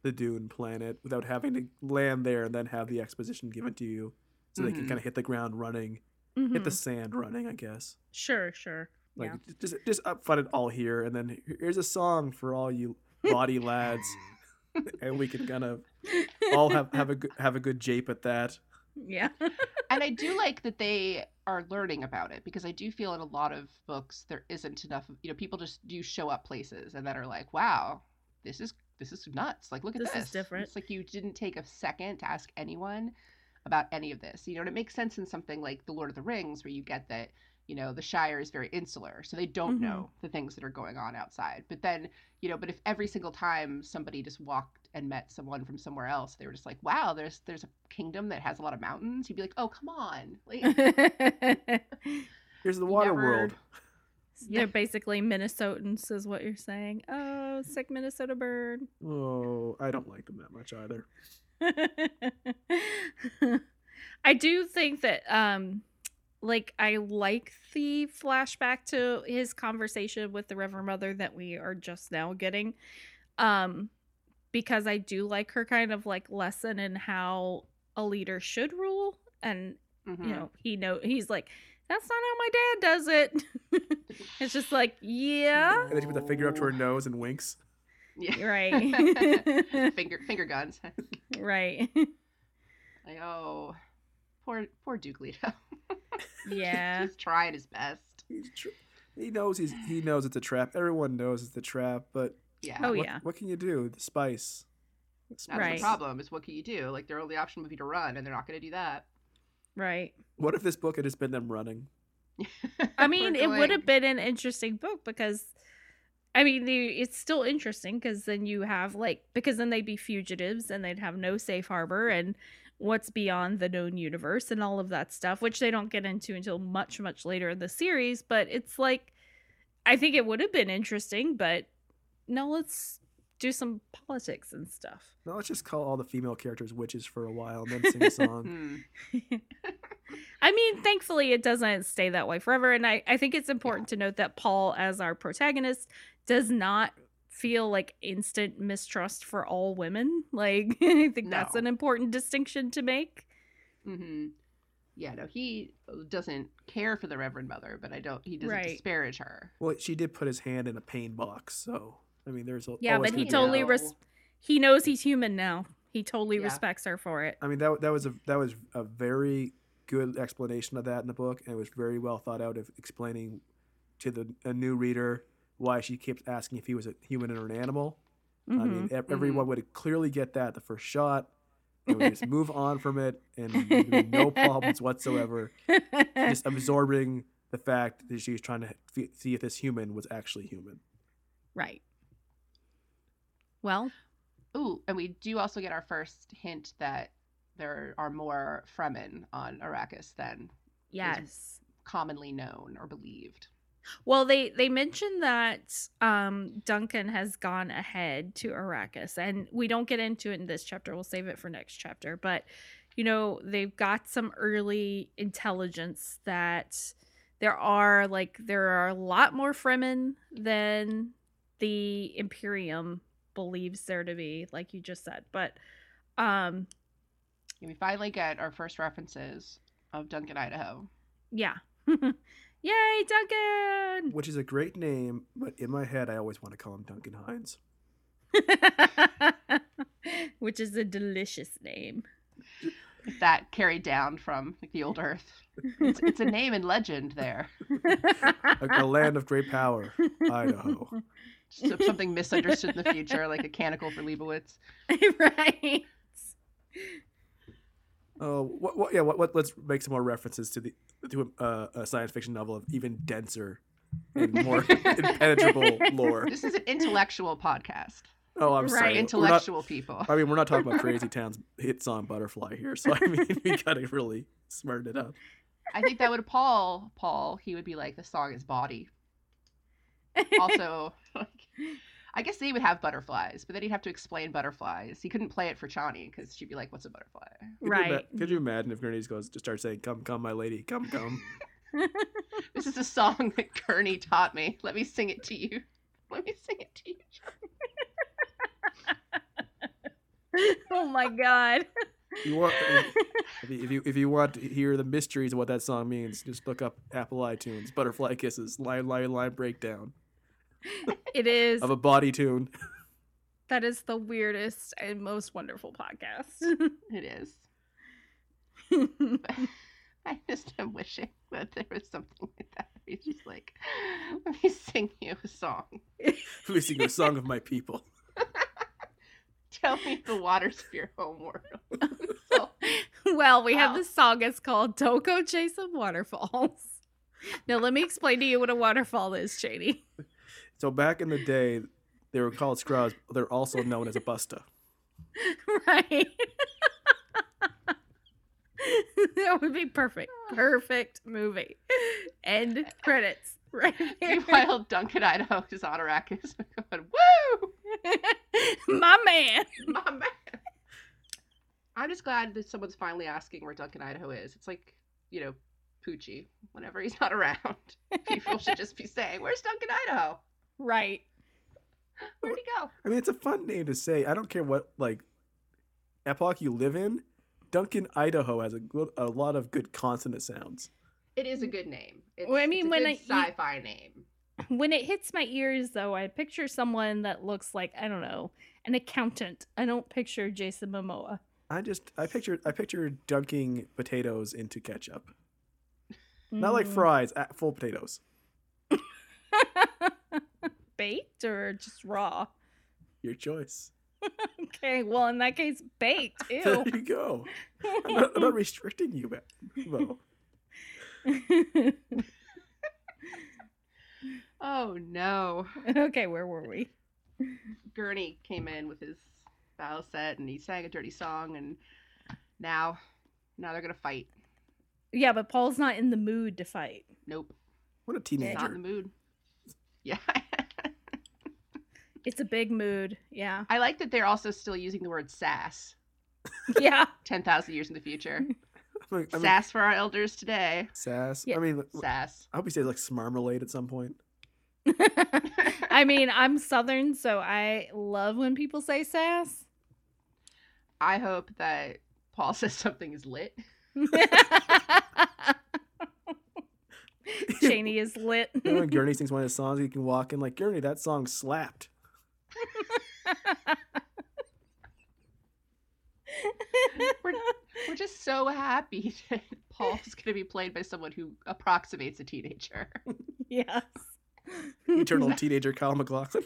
C: the Dune planet without having to land there and then have the exposition given to you, so they can
A: Mhm.
C: kind of hit the ground running,
A: Mm-hmm.
C: hit
A: Hmm.
C: the sand running, I guess.
B: Sure, sure.
C: Like
B: yeah.
C: j- just just upfront it all here, and then here- here's a song for
A: [laughs]
C: all you body lads, and we can kind of [laughs] all have have a good, have a good jape at that.
B: [laughs] yeah.
A: [laughs] and I do like that they are learning about it because I do feel in a lot of books there isn't enough. You know, people just do show up places and that are like, "Wow, this is this is nuts! Like, look at
B: This
A: this.
B: is different.
A: It's like you didn't take a second to ask anyone about any of this. You know, and it makes sense in something like The Lord of the Rings where you get that. You know, the Shire is very insular, so they don't
B: Mhm.
A: know the things that are going on outside. But then, you know, but if every single time somebody just walked and met someone from somewhere else, they were just like, "Wow, there's there's a kingdom that has a lot of mountains," you'd be like, "Oh, come on!"
B: [laughs]
A: Like,
C: Here's the
A: You
C: water
A: never-
C: world.
B: They're basically Minnesotans, is what you're saying. Oh, sick Minnesota bird.
C: Oh, I don't like them that much either.
B: [laughs] I do think that um like I like the flashback to his conversation with the Reverend Mother that we are just now getting. Um because I do like her kind of like lesson in how a leader should rule and
A: mhm.
B: you know, he know he's like that's not how my dad does it. [laughs] it's just like, yeah.
C: And then she put the finger up to
A: Oh.
C: her nose and winks.
A: [laughs] yeah, [laughs]
B: Right. [laughs]
A: finger finger guns. [laughs]
B: right. [laughs]
A: like, oh, poor poor Duke [laughs] Leto.
B: Yeah.
A: he's trying his best.
C: He's tr- he knows he's he knows it's a trap. Everyone knows it's a trap, but
A: Yeah,
B: Oh,
C: what,
B: yeah.
C: what can you do? The spice. The
A: that's
C: spice.
B: Right.
A: the problem. Is what can you do? Like, their only option would be to run, and they're not going to do that.
B: Right.
C: What if this book had just been them running?
B: [laughs] [laughs] I
A: We're [laughs]
B: mean, it
A: going-
B: would have been an interesting book because, I mean, the, it's still interesting because then you have like because then they'd be fugitives and they'd have no safe harbor and what's beyond the known universe and all of that stuff, which they don't get into until much much later in the series. But it's like, I think it would have been interesting, but no, let's do some politics and stuff.
C: No, let's just call all the female characters witches for a while and then
B: [laughs]
C: sing a song.
A: Hmm.
B: I mean, thankfully, it doesn't stay that way forever. And I, I think it's important to note that Paul, as our protagonist, does not feel like instant mistrust for all women. Like, [laughs] I think that's
A: No.
B: an important distinction to make.
A: hmm Yeah, no, he doesn't care for the Reverend Mother, but I don't. He doesn't
B: Right.
A: disparage her.
C: well, she did put his hand in a pain box, so I mean, there's al-
B: Yeah,
C: always
B: but he
C: gonna be
B: totally
C: that.
B: res- he knows he's human now. He totally
A: Yeah.
B: respects her for it.
C: I mean, that that was a that was a very good explanation of that in the book, and it was very well thought out of explaining to the a new reader why she kept asking if he was a human or an animal. I
B: Mhm.
C: mean, ev- everyone would clearly get that the first shot, and we just move on from it, and there can be no problems whatsoever.
B: Mm-hmm.
C: Just absorbing the fact that she's trying to f- see if this human was actually human.
B: [laughs] right. Well,
A: Ooh, and we do also get our first hint that there are more Fremen on Arrakis than
B: yes.
A: commonly known or believed.
B: Well, they they mentioned that um, Duncan has gone ahead to Arrakis, and we don't get into it in this chapter. We'll save it for next chapter. But you know, they've got some early intelligence that there are like there are a lot more Fremen than the Imperium believes there to be, like you just said. But um,
A: And we finally get our first references of Duncan, Idaho.
B: yeah, [laughs] yay, Duncan!
C: which is a great name, but in my head, I always want to call him Duncan Hines.
B: [laughs] Which is a delicious name.
A: That carried down from like, the old Earth. It's, it's a name and legend there.
C: [laughs] Like the land of
B: [laughs]
C: great power, Idaho.
A: So- something misunderstood in the future, like a canticle for Leibowitz.
B: right.
C: Oh, what, what, yeah. What, what? Let's make some more references to the to uh, a science fiction novel of even denser and more impenetrable lore.
A: This is an intellectual podcast.
C: Oh, I'm sorry.
B: Right.
C: we're not-
A: Intellectual people.
C: I mean, we're not talking about Crazy Town's hit song "Butterfly" here, so I mean, [laughs] we gotta really smarten it up.
A: I think that would Paul. Paul, he would be like, the song is body. Also, like, I guess they would have butterflies, but then he'd have to explain butterflies. He couldn't play it for Chani because she'd be like, "What's a butterfly?"
C: Could You ima-
B: right.
C: could you imagine if Gurneys goes just starts saying "Come, come, my lady, come, come"?
A: This is a song that Kearney taught me. Let me sing it to you. Let me sing it to you.
B: oh my
C: [laughs]
B: god.
C: You want if you, if you if you want to hear the mysteries of what that song means, just look up Apple iTunes "Butterfly Kisses" line line line breakdown
B: it is
C: of a body tune. [laughs]
B: that is the weirdest and most wonderful
C: [laughs]
B: podcast.
A: It is. I just am wishing that there was something like that. He's just like, "Let me sing you a song.
C: Let me sing a song of my people.
A: Tell me the waters of your home world." [laughs] So,
B: well, we have
A: Wow.
B: this song. It's called Toko Chase of Waterfalls. [laughs] Now let me explain to you what a waterfall is, Shady. [laughs]
C: So back in the day, they were called scrubs. but They're also known as a busta.
B: right. [laughs] that would be perfect.
C: Ah.
B: Perfect movie. End
C: Uh,
B: credits. [laughs] Right. there.
A: meanwhile, Duncan Idaho is on [laughs] Arrakis. going, Woo!
B: [laughs] My man.
A: My man. I'm just glad that someone's finally asking where Duncan Idaho is. It's like, you know, Poochie. Whenever he's not around,
B: [laughs]
A: people should just be saying, Where's Duncan Idaho?
B: Right.
A: Where'd he go?
C: I mean, it's a fun name to say. I don't care what like epoch you live in. Duncan, Idaho has a good, a lot of good consonant sounds.
A: It is a good name. It's,
B: Well, I mean,
A: it's a
B: when
A: good
B: I- you-
A: sci-fi name.
B: When it hits my ears, though, I picture someone that looks like, I don't know, an accountant. I don't picture Jason Momoa.
C: I just I pictured I pictured dunking potatoes into ketchup, not like fries, uh, full potatoes.
B: Mm. [laughs] baked or just raw?
C: Your choice. [laughs]
B: Okay, well, in that case, baked.
C: There
B: Ew. [laughs]
C: you go. I'm not, I'm not restricting you, man. Well,
A: Oh no.
B: okay, where were we?
A: Gurney came in with his battle set and he sang a dirty song and now now they're gonna fight.
B: Yeah, but Paul's not in the mood to fight.
A: Nope.
C: what a
A: he's Not in
C: teenager.
A: the mood. Yeah. [laughs]
B: It's a big mood. Yeah. [laughs]
A: I like that they're also still using the word sass.
B: Yeah.
A: Ten thousand years in the future.
C: I mean, I mean,
A: sass for our elders today.
C: sass.
B: Yeah.
C: I mean,
A: Sass. [laughs]
C: I hope he says like smarmalade at some point. [laughs]
B: I mean, I'm Southern, so I love when people say sass. [laughs]
A: I hope that Paul [laughs] says something is lit.
B: Cheney is lit.
C: You know when Gurney sings one of his songs, you can walk in like Gurney. That song slapped.
A: We're, we're just so happy [laughs] that Paul's gonna be played by someone who approximates a teenager.
B: [laughs] yes.
C: Eternal teenager Kyle McLaughlin.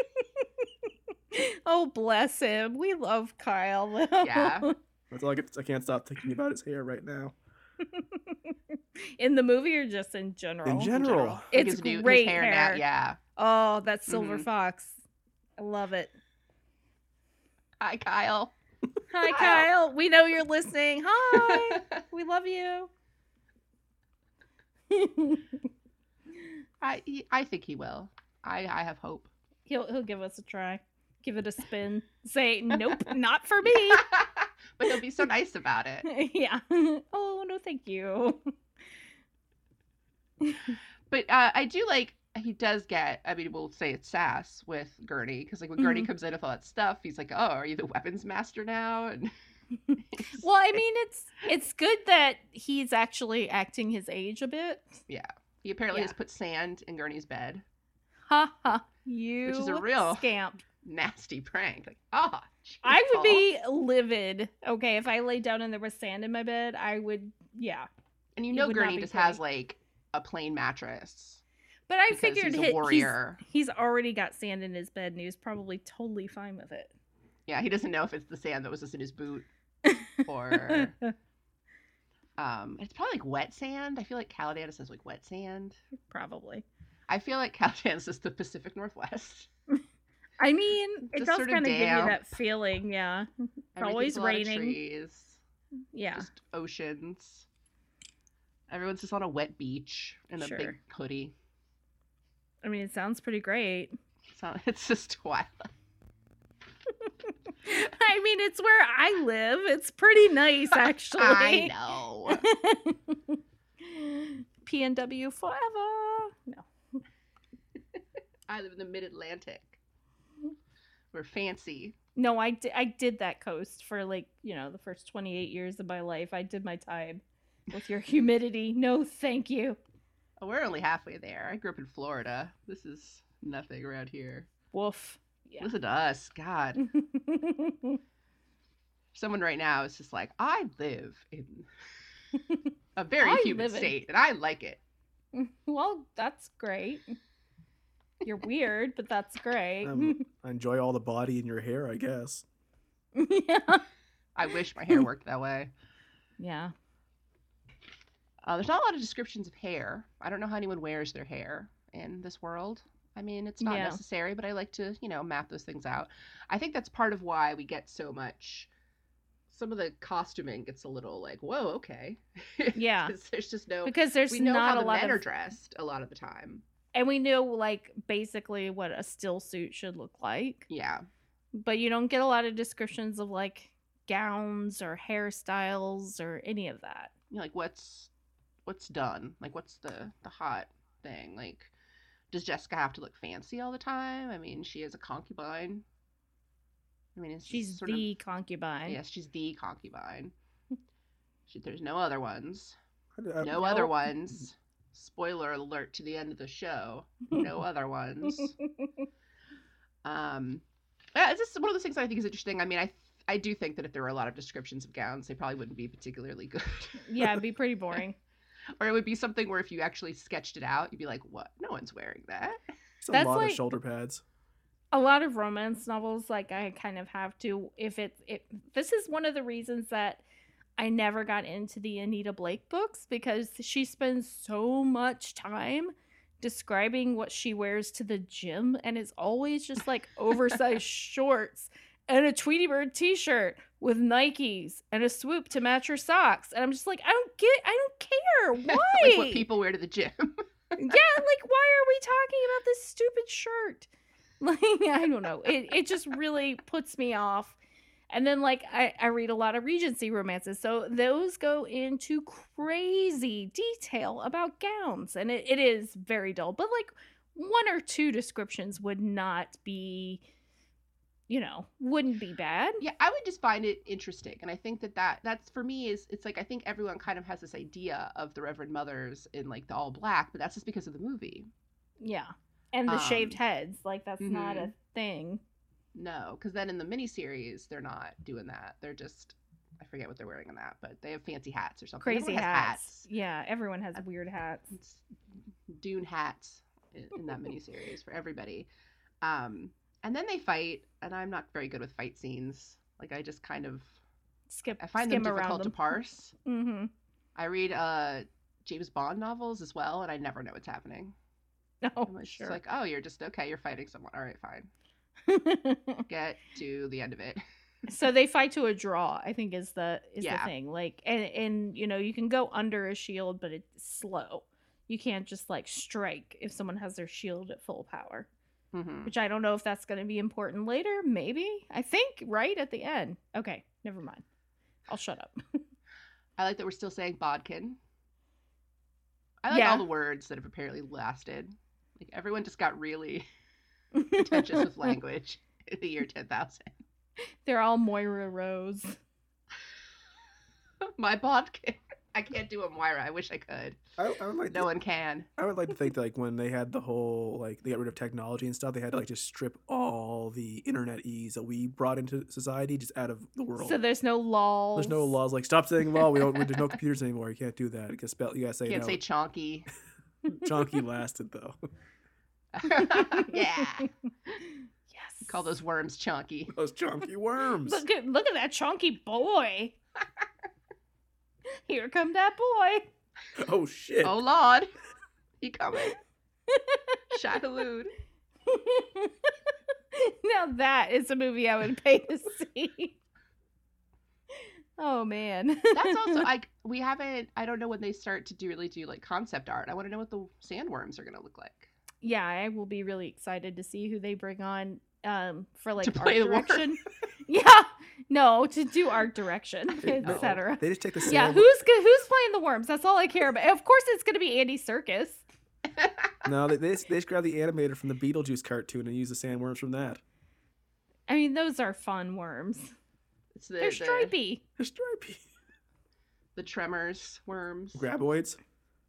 B: [laughs] oh, bless him. We love Kyle. though.
A: Yeah.
C: That's all I, get, I can't stop thinking about his hair right now.
B: [laughs] in the movie or just in general?
C: In general,
A: general.
B: It's
A: His new- his
B: great
A: now,
B: hair.
A: Yeah.
B: Oh, that's Silver
A: Mhm.
B: Fox. I love it.
A: Hi, Kyle. Kyle.
B: Hi, Kyle. We know you're listening.
A: [laughs]
B: Hi. we love you.
A: I he- I think he will. I I have hope. [laughs]
B: he'll he'll give us a try. Give it a spin.
A: [laughs]
B: Say nope, not for me.
A: but he'll be so nice about it.
B: [laughs] yeah. Oh no,
A: [laughs]
B: thank you.
A: But uh, I do like he does get. I mean, we'll say it's sass with Gurney because like when Gurney
B: Mhm.
A: comes in with all that stuff, he's like, "Oh, are you the weapons master now?" And
B: [laughs] Well, I mean, it's it's good that he's actually acting his age a bit.
A: he apparently
B: yeah.
A: has put sand in Gurney's bed. [laughs]
B: Ha ha. You
A: a real-
B: scamp.
A: Nasty prank. Like, ah,
B: I would
A: cheathole.
B: be livid. Okay, if I laid down and there was sand in my bed, I would. Yeah,
A: And you
B: he
A: know,
B: would not
A: Gurney
B: be
A: just has like a plain mattress.
B: but I
A: because
B: figured
A: he's
B: he-
A: a warrior.
B: He's, he's already got sand in his bed, and he was probably totally fine with it.
A: Yeah, he doesn't know if it's the sand that was just in his
B: [laughs]
A: boot or. Um, it's probably like wet sand. I feel like Caladan says like wet sand.
B: probably.
A: I feel like [laughs] Caladan says the Pacific Northwest.
B: I mean, it
A: Just
B: does
A: sort of
B: kind of give you
A: damp.
B: that feeling, yeah,
A: Everything's
B: always
A: a lot of
B: raining.
A: trees,
B: yeah.
A: just oceans. Everyone's just on a wet beach in a big
B: Sure.
A: hoodie.
B: I mean, it sounds pretty great.
A: So [laughs] it's just Twilight.
B: [laughs] I mean, it's where I live. It's pretty nice,
A: [laughs]
B: actually. [laughs]
A: I know.
B: PNW forever. No.
A: I live in the Mid Atlantic. We're fancy.
B: No, I di- I did that coast for like, you know, the first 28 years of my life. I did my time with your humidity. No, thank you.
A: Oh, we're only halfway there. I grew up in Florida. This is nothing around here.
B: Woof. Yeah. [laughs]
A: Listen to us, God. someone right now is just like, I live in
B: [laughs]
A: a very
B: I
A: humid
B: live in-
A: state and I like it.
B: well, that's great. You're weird, but that's great.
C: Um, I enjoy all the body in your hair, I guess.
B: [laughs] yeah.
A: I wish my
B: [laughs]
A: hair worked that way.
B: Yeah.
A: Uh, there's not a lot of descriptions of hair. I don't know how anyone wears their hair in this world. I mean, it's not
B: Yeah.
A: necessary, but I like to, you know, map those things out. I think that's part of why we get so much. Some of the costuming gets a little like, whoa, okay. [laughs]
B: Yeah.
A: 'Cause there's just no.
B: Because there's
A: we know
B: not
A: how
B: a
A: the
B: lot
A: men
B: of
A: are dressed a lot of the time.
B: and we know like basically what a still suit should look like
A: Yeah.
B: but you don't get a lot of descriptions of like gowns or hairstyles or any of that
A: you know, like what's what's done like what's the the hot thing like does jessica have to look fancy all the time i mean she is a concubine i mean it's
B: she's
A: sort of-
B: the concubine
A: yes she's the concubine she, there's no other ones
C: I d- I-
A: no other
B: no.
A: ones spoiler alert to the end of the show no other ones um yeah it's just one of those things that i think is interesting i mean i i do think that if there were a lot of descriptions of gowns they probably wouldn't be particularly good
B: [laughs]
A: [laughs]
B: yeah it'd be pretty boring
A: Or it would be something where if you actually sketched it out, you'd be like, what? No one's wearing that. [laughs]
C: It's a
B: That's
C: lot
B: like-
C: of shoulder pads.
B: a lot of romance novels like i kind of have to if it, it this is one of the reasons that i never got into the anita blake books because she spends so much time describing what she wears to the gym and it's always just like oversized shorts and a tweety bird t-shirt with nikes and a swoop to match her socks and i'm just like i don't get i don't care why
A: Like what people wear to the gym.
B: yeah, like why are we talking about this stupid shirt? [laughs] Like I don't know. It it just really puts me off. And then like I, I read a lot of Regency romances. So those go into crazy detail about gowns. And it, it is very dull. But like one or two descriptions would not be you know, wouldn't be bad.
A: yeah, I would just find it interesting. And I think that, that that's for me is it's like I think everyone kind of has this idea of the Reverend Mothers in like the all black, but that's just because of the movie.
B: Yeah. And the shaved
A: Um, mm-hmm.
B: heads, like that's not a thing.
A: No, because then in the miniseries, they're not doing that. They're just, I forget what they're wearing in that, but they have fancy hats or something.
B: Crazy
A: Everyone has
B: hats. Yeah, everyone has weird hats.
A: it's Dune hats i- in that miniseries for everybody. Um, And then they fight, and I'm not very good with fight scenes. Like I just kind of
B: Skip.
A: I find
B: skim
A: them
B: around
A: difficult to
B: them.
A: parse.
B: [laughs] Mm-hmm.
A: I read uh James Bond novels as well, and I never know what's happening. I'm
B: No,
A: like-
B: sure.
A: It's like, oh, you're just okay. You're fighting someone. All right, fine. [laughs] Get to the end of it. [laughs]
B: so they fight to a draw. I think is the is
A: Yeah.
B: the thing. Like, and and you know you can go under a shield, but it's slow. You can't just like strike if someone has their shield at full power.
A: hmm
B: Which I don't know if that's going to be important later. Maybe I think right at the end. Okay, never mind. I'll shut up.
A: I like that we're still saying Bodkin. I like
B: Yeah.
A: all the words that have apparently lasted. Like everyone just got really [laughs] pretentious with language [laughs] in the year ten thousand.
B: [laughs]
A: [laughs]
B: They're all Moira Rose.
A: My Bodkin. [laughs] I can't do a Moira. I wish I could.
C: I, I would like
A: No
C: to,
A: one can.
C: I would like to think that, like when they had the whole like they got rid of technology and stuff, they had to like just strip all the internet ease that we brought into society just out of the world.
B: So there's no laws.
C: There's no laws like stop saying law. We don't.
B: [laughs]
C: There's no computers anymore. You can't do that. You can spell. You gotta say
A: Can't
C: no.
A: say
C: [laughs]
A: chonky. [laughs]
C: Chonky lasted though. [laughs]
A: yeah.
B: [laughs] Yes.
A: Call those worms chonky.
C: Those chonky
B: [laughs]
C: worms.
B: Look at look at that chunky boy. [laughs] Here come that boy. [laughs]
C: Oh shit.
A: Oh Lord, he coming. Shadalud.
B: now that is a movie I would pay to see. [laughs] Oh man.
A: That's
B: [laughs]
A: also like we haven't. I don't know when they start to do really do like concept art. I want to know what the sandworms are going to look like.
B: yeah, I will be really excited to see who they bring on um for like
A: play the
B: art
A: worm. [laughs]
B: direction. yeah. No, to do art direction, [laughs]
A: know.
B: etc.
C: They just take the
B: Yeah,
C: sand.
B: who's go- who's playing the worms? That's all I care about. Of course it's going to be Andy Circus.
C: no, they, they, just, they just grab the animator from the Beetlejuice cartoon and use the sandworms from that.
B: I mean, those are fun worms.
A: It's the
B: They're
A: the,
B: stripy.
C: They're stripy.
A: the tremors worms,
C: Graboids.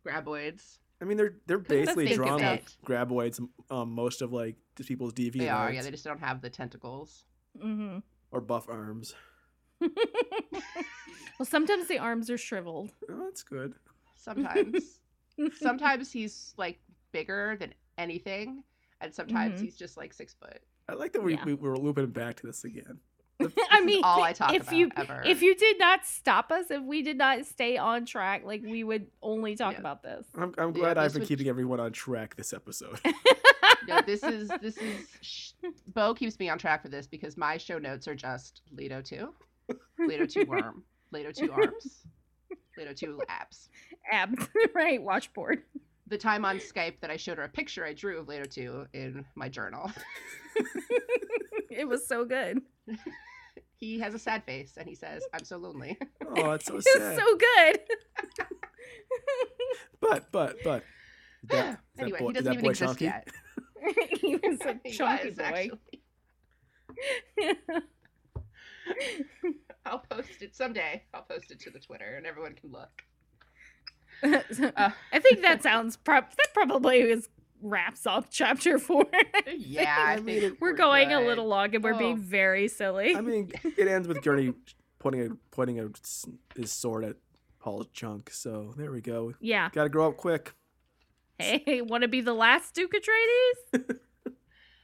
A: graboids.
C: I mean, they're they're
B: Couldn't
C: basically
B: think of
C: drawn like
A: it.
C: graboids. Um, most of like the people's DV
A: They are. Yeah,
C: arts
A: they just don't have the tentacles.
B: hmm
C: or buff arms.
B: Well, sometimes the arms are shriveled.
C: Oh, that's good.
A: Sometimes,
B: [laughs]
A: sometimes he's like bigger than anything, and sometimes
B: Mhm.
A: he's just like six foot.
C: I like that we,
B: Yeah.
C: we we're looping back to this again.
B: I
A: This is
B: mean,
A: all [laughs] I talk
B: if
A: about
B: you
A: ever.
B: if you did not stop us, if we did not stay on track, like we would only talk
A: Yeah.
B: about this.
C: [laughs] I'm, I'm glad
A: this
C: I've been
A: would-
C: keeping everyone on track
A: [laughs]
C: this episode.
A: no, this is this is sh- Bo keeps me on track for this because my show notes are just Leto two, Leto
C: [laughs]
A: two worm, Leto two arms, Leto two laps.
B: [laughs] Abs, [laughs] right? Watchboard.
A: The time on Skype that I showed her a picture I drew of Leto two in my journal.
B: [laughs]
A: [laughs]
B: It was so good.
A: He has a sad face and he says, "I'm so lonely."
C: oh, that's so
B: It
C: sad.
B: was so good.
C: but but but
A: [laughs]
C: that, that
A: anyway,
C: boy,
A: he doesn't
C: that
A: even
C: boy
A: exist
C: Chonky? [laughs]
A: yet.
B: [laughs] he was a
A: [laughs] He
B: chunky
A: was,
B: boy.
A: actually.
C: [laughs]
A: [laughs] I'll post it someday. I'll post it to the Twitter and everyone can
C: [laughs]
A: look. Uh,
B: [laughs] I think that sounds prob that probably is wraps up chapter four. [laughs]
A: yeah, I
C: I
A: think
C: mean, it-
B: We're going a
A: good.
B: little long and we're
A: Oh.
B: being very silly.
A: [laughs]
C: I mean, it ends with Gurney pointing a pointing a s his sword at Paul's chunk. So there we go.
B: yeah.
C: Got to grow up quick.
B: Hey, want to be the last Duke Atreides?
A: [laughs]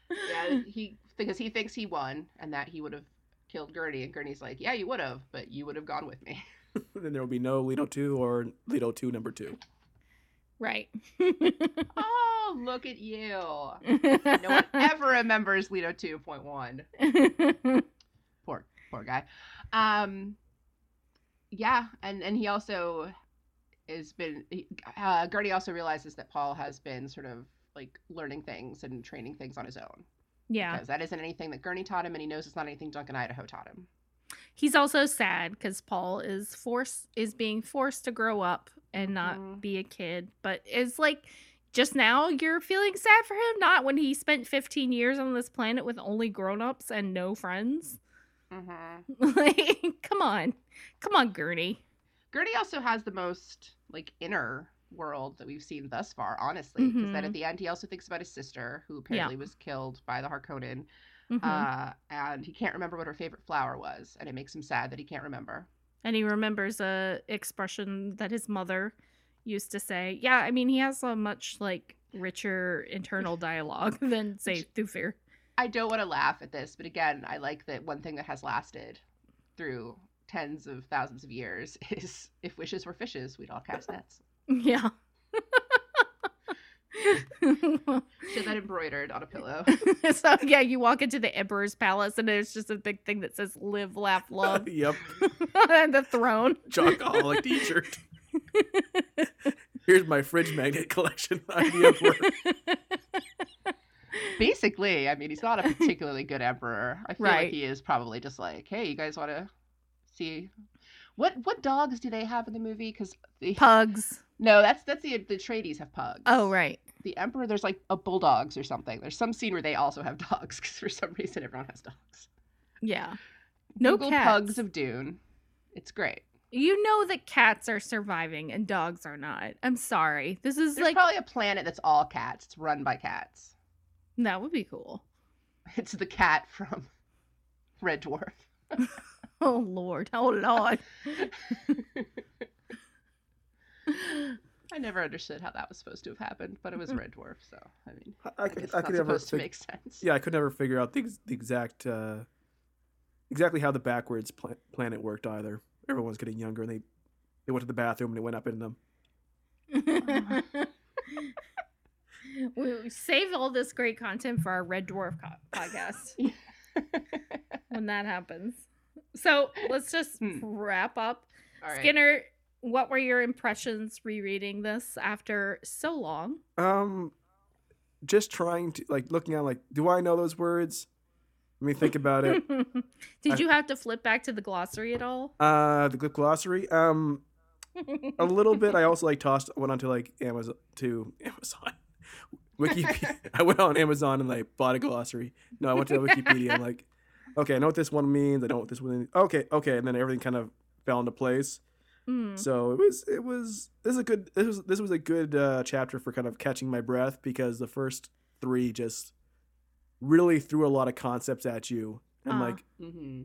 A: Yeah, he because he thinks he won and that he would have killed Gurney, and Gurney's like, "Yeah, you would have, but you would have gone with me." [laughs]
C: then there will be no Leto two or Leto two number two.
B: [laughs] Right.
A: oh, look at you! No
B: [laughs]
A: one ever remembers Leto two point one. Poor, poor guy. Um, yeah, and and he also has been. He, uh, Gurney also realizes that Paul has been sort of like learning things and training things on his own
B: [laughs] yeah.
A: because that isn't anything that Gurney taught him, and he knows it's not anything Duncan Idaho taught him.
B: He's also sad because Paul is forced is being forced to grow up and not
A: Mhm.
B: be a kid. But it's like just now you're feeling sad for him, not when he spent 15 years on this planet with only grown-ups and no friends. [laughs]
A: Mm-hmm.
B: like, come on. Come on, Gurney.
A: Gertie also has the most like inner world that we've seen thus far, honestly. Because then
B: Mhm.
A: at the end, he also thinks about his sister, who apparently was killed by the Harkonnen,
B: Mhm.
A: uh, and he can't remember what her favorite flower was, and it makes him sad that he can't remember.
B: and he remembers a expression that his mother used to say.
A: [laughs]
B: Yeah, [laughs] I mean he has a much like richer internal dialogue than say Thufir.
A: I don't want to laugh at this, but again, I like that one thing that has lasted through tens of thousands of years [laughs] is if wishes were fishes, we'd all cast nets.
B: [laughs] Yeah. [laughs]
A: Should that embroidered on a pillow.
B: so yeah, you walk into the emperor's palace and there's just a big thing that says
A: [laughs]
B: "Live, Laugh,
A: Um,
B: Love" [laughs]
C: [laughs] yep.
B: and the throne.
A: [laughs]
C: Jockaholic t-shirt. Here's my fridge magnet collection. [laughs] I'm the emperor.
A: Basically, I mean, he's
B: [laughs]
A: not a particularly good emperor. I feel like
B: Right.
A: he is probably just like, hey, you guys want to see what what dogs do they have in the movie? Because the
B: [laughs] Pugs.
A: no, that's that's the the Trades have pugs.
B: Oh right.
A: the emperor. There's like a bulldogs or something. There's some scene where they also have [laughs] dogs because for some reason everyone has dogs.
B: Yeah. No
A: Google
B: cats.
A: pugs of Dune. It's great.
B: You know that cats are surviving and dogs are not. I'm sorry. This is
A: There's
B: like
A: probably a planet that's all cats. It's run by cats. [laughs]
B: that would be cool.
A: It's the cat from [laughs] Red Dwarf.
B: [laughs] Oh lord. Oh [laughs] lord.
A: I never understood how that was supposed to have happened, but it
B: [laughs]
A: was Red Dwarf, so I mean,
C: I,
A: I,
C: I
A: guess
C: could,
A: it's
C: I
A: not
C: could never.
A: supposed to
C: Fig-
A: make sense.
C: yeah, I could never figure out the, ex- the exact, uh, exactly how the backwards pla- planet worked either. Everyone's getting younger, and they they went to the bathroom and they went up in them.
B: we save all this great content for our Red Dwarf co- [laughs] podcast when that happens. So let's just
A: Hmm.
B: wrap up.
A: All right.
B: Skinner, what were your impressions rereading this after so long?
C: Um, just trying to like looking at like, do I know those words? Let me think about it. I-
B: [laughs] Did you have to flip back to the glossary at all?
C: Uh, the gl- glossary. Um, a little bit. I also like tossed went onto like Amazon to Amazon. [laughs] Wikipedia. I went on Amazon and like bought a glossary. No, I went to Wikipedia. I'm like, okay, I know what this one means. I know what this one. Means. Okay, okay, and then everything kind of fell into place.
B: Mm.
C: So it was, it was. This is a good. This was this was a good uh, chapter for kind of catching my breath because the first three just really threw a lot of concepts at you. I'm
B: Ah.
C: like,
A: Mm-hmm.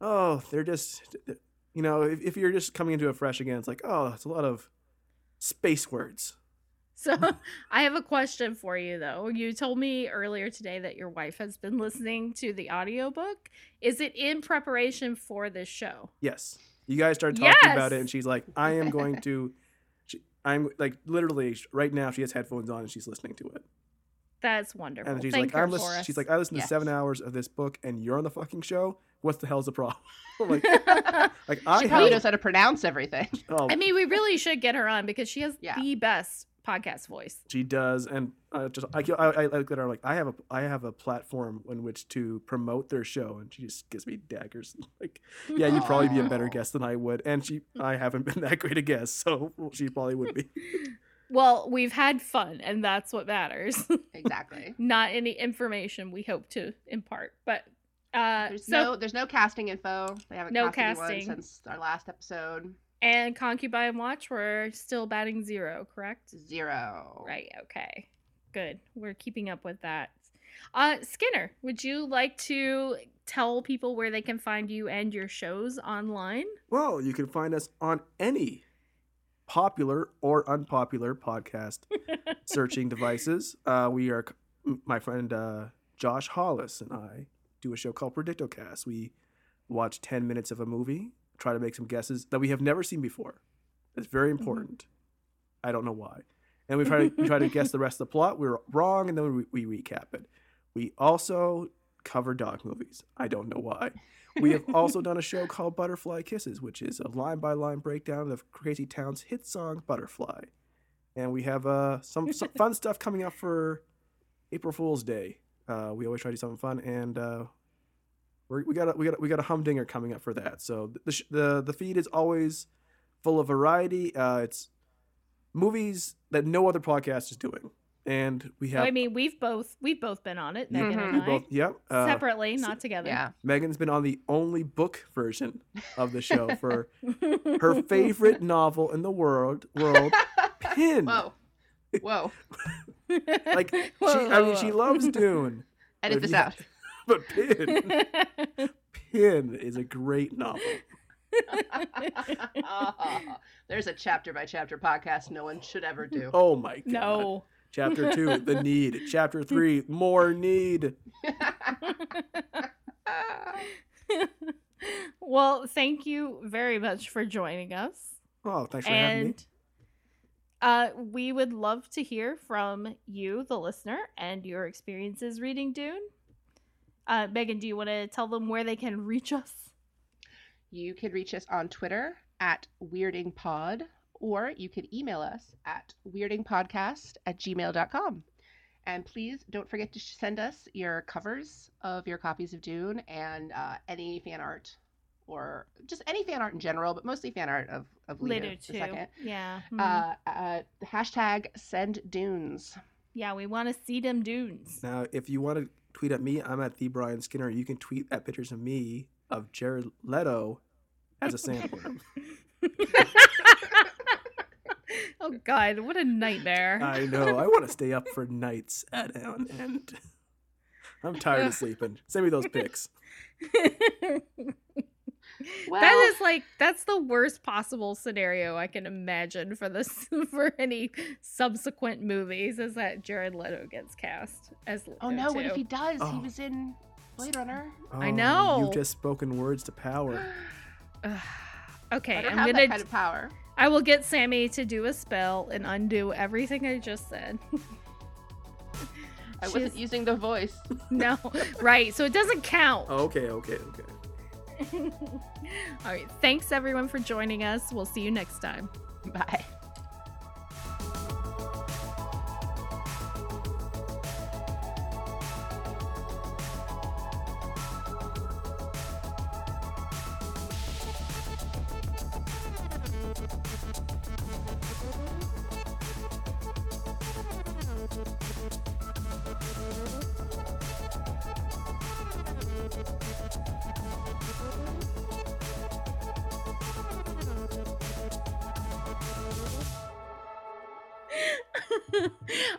C: oh, they're just, you know, if, if you're just coming into it fresh again, it's like, oh, it's a lot of space words.
B: So
C: Mm-hmm.
B: [laughs] I have a question for you though. You told me earlier today that your wife has been [laughs] listening to the audiobook. Is it in preparation for this show?
C: Yes. You guys start talking about it,
B: Yes!
C: and she's like, I am going to, she, I'm like, literally, sh- right now, she has headphones on and she's listening to it.
B: That's wonderful.
C: And she's
B: Thank
C: like,
B: her
C: I'm
B: for
C: lis-
B: us.
C: she's like, I listened
A: Yes.
C: to seven hours of this book, and you're on the fucking show. What's the hell's the problem? [laughs] like,
B: [laughs]
C: like
A: She
C: I
A: probably
C: have,
A: knows how to pronounce everything.
C: oh,
B: I mean,
C: [laughs]
B: we really should get her on because she has
A: Yeah.
B: the best podcast voice.
C: she does, and uh, just I, I, I look at her like, I have a, I have a platform in which to promote their show, and she just gives me daggers. [laughs] Like, Yeah, you'd probably
B: [laughs]
C: be a better
A: Aw.
C: guest than I would, and she I haven't been that great a guest, so she probably would be.
B: Well, we've had fun, and that's what matters.
A: [laughs]
B: [laughs]
A: [laughs] Exactly.
B: Not any information we hope to impart, but uh,
A: There's
B: so
A: no there's no casting info. They haven't
B: No
A: cast
B: casting.
A: anyone since our last episode.
B: and concubine watch were still batting zero, correct?
A: Zero.
B: Right. Okay. Good. We're keeping up with that. Uh, Skinner, would you like to tell people where they can find you and your shows online?
C: Well, you can find us on any popular or unpopular podcast searching devices. Uh, we are my friend uh, Josh Hollis and I do a show called Predictocast. We watch ten minutes of a movie, try to make some guesses that we have never seen before. It's very important. I don't know why. And we try to we try to guess the rest of the plot. We were wrong, and then we, we recap it. We also cover dog movies. I don't know why. We have also done a show called Butterfly Kisses, which is a line by line breakdown of Crazy Town's hit song Butterfly. And we have uh, some, some fun stuff coming up for April Fool's Day. Uh, we always try to do something fun, and uh, we're, we got a, we got a, we got a humdinger coming up for that. So the sh- the the feed is always full of variety. Uh, it's movies that no other podcast is doing, and we have
B: Oh, I mean, we've both we've both been on it,
C: You-
B: Megan
A: you
B: and
C: Mm-hmm. we
B: I,
C: both yep uh,
B: separately,
C: s-
B: not together.
A: Yeah.
C: Megan's been on the only book version of the show
B: [laughs]
C: for her favorite novel in the world,
B: [laughs]
C: world Pin.
A: Whoa. Whoa.
C: Like she, I mean, she loves Dune,
A: Edit
C: If
A: this
C: you-
A: out.
C: but
B: [laughs]
C: Pin, Pin is a great novel.
A: [laughs] There's a chapter by chapter podcast no one should ever do.
C: Oh my god!
B: no, [laughs]
C: Chapter two, the need. Chapter three, more need.
A: Oh. [laughs]
D: well, thank you very much for joining us.
C: Oh, thanks for having me.
D: and uh, we would love to hear from you, the listener, and your experiences reading Dune. Uh, Megan, do you want to tell them where they can reach us?
A: you can reach us on Twitter at weirdingpod, or you can email us at weirdingpodcast at gmail.com. And please don't forget to sh- send us your covers of your copies of Dune and uh, any fan art, or just any fan art in general, but mostly fan art of, of Leader,
D: Later,
A: the
D: too.
A: second.
D: Yeah.
B: Mm-hmm.
D: mhm.
A: Uh, uh, hashtag send dunes.
D: yeah, we want to see them dunes. [laughs]
C: Now, if you want to tweet at me, I'm at the Brian Skinner. You can tweet at pictures of me of Jared Leto as
B: [laughs]
C: a sandworm.
B: oh God, what a nightmare!
C: I know. I want to stay up for nights at on end.
B: [laughs]
C: I'm tired of sleeping. Send me those pics.
D: [laughs]
A: Well,
B: that is like that's the worst possible scenario I can imagine for this [laughs] for any subsequent movies is that Jared Leto gets cast as Leto
A: oh no, what if
B: too.
A: he does? He
C: Oh.
A: was in Blade Runner.
B: I
C: Oh,
B: know.
C: You've just spoken words to power.
B: Ugh.
A: I
B: [sighs] okay,
A: don't
B: I'm
A: have
B: gonna
A: that kind of power.
B: I will get Sammy to do a spell and undo everything I just said. [laughs]
A: I
B: She
A: wasn't
B: is-
A: using the voice. [laughs]
B: no, right. So it doesn't count.
C: Okay, okay, okay.
B: [laughs] All right. Thanks everyone for joining us. We'll see you next time. [laughs]
A: Bye.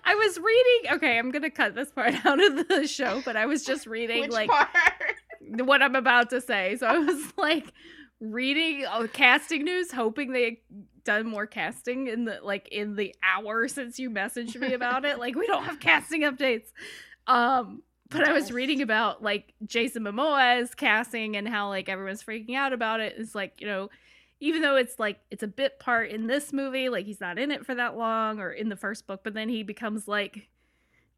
B: I was reading. Okay, I'm gonna cut this part [laughs] out of the show, but I was just reading
A: Which
B: like
A: part? [laughs]
B: what I'm about to say. So I was [laughs] like reading oh, casting news, hoping they had done more casting in the like in the hour since you messaged me about it. Like we don't have casting updates. Um but I was
A: Yes.
B: reading about like Jason Momoa's casting and how like everyone's freaking out about it. It's like, you know, even though it's like it's a bit part in this movie, like he's not in it for that long or in the first book, but then he becomes like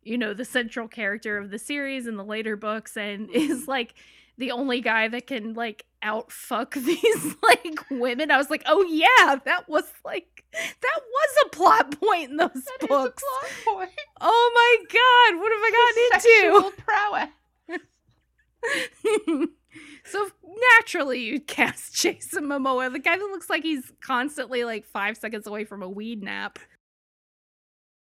B: you know, the central character of the series and the later books and [laughs] is
A: Mm-hmm.
B: like the only guy that can like out fuck [laughs] these like women. I was like, "Oh yeah, that was like that was a plot point in those
A: That is a
B: books."
A: plot point.
B: Oh my god, what have I gotten into?
A: [laughs] Sexual prowess.
B: [laughs] so naturally you [laughs] cast Jason Momoa, the guy that looks like he's constantly like five seconds away from a weed nap.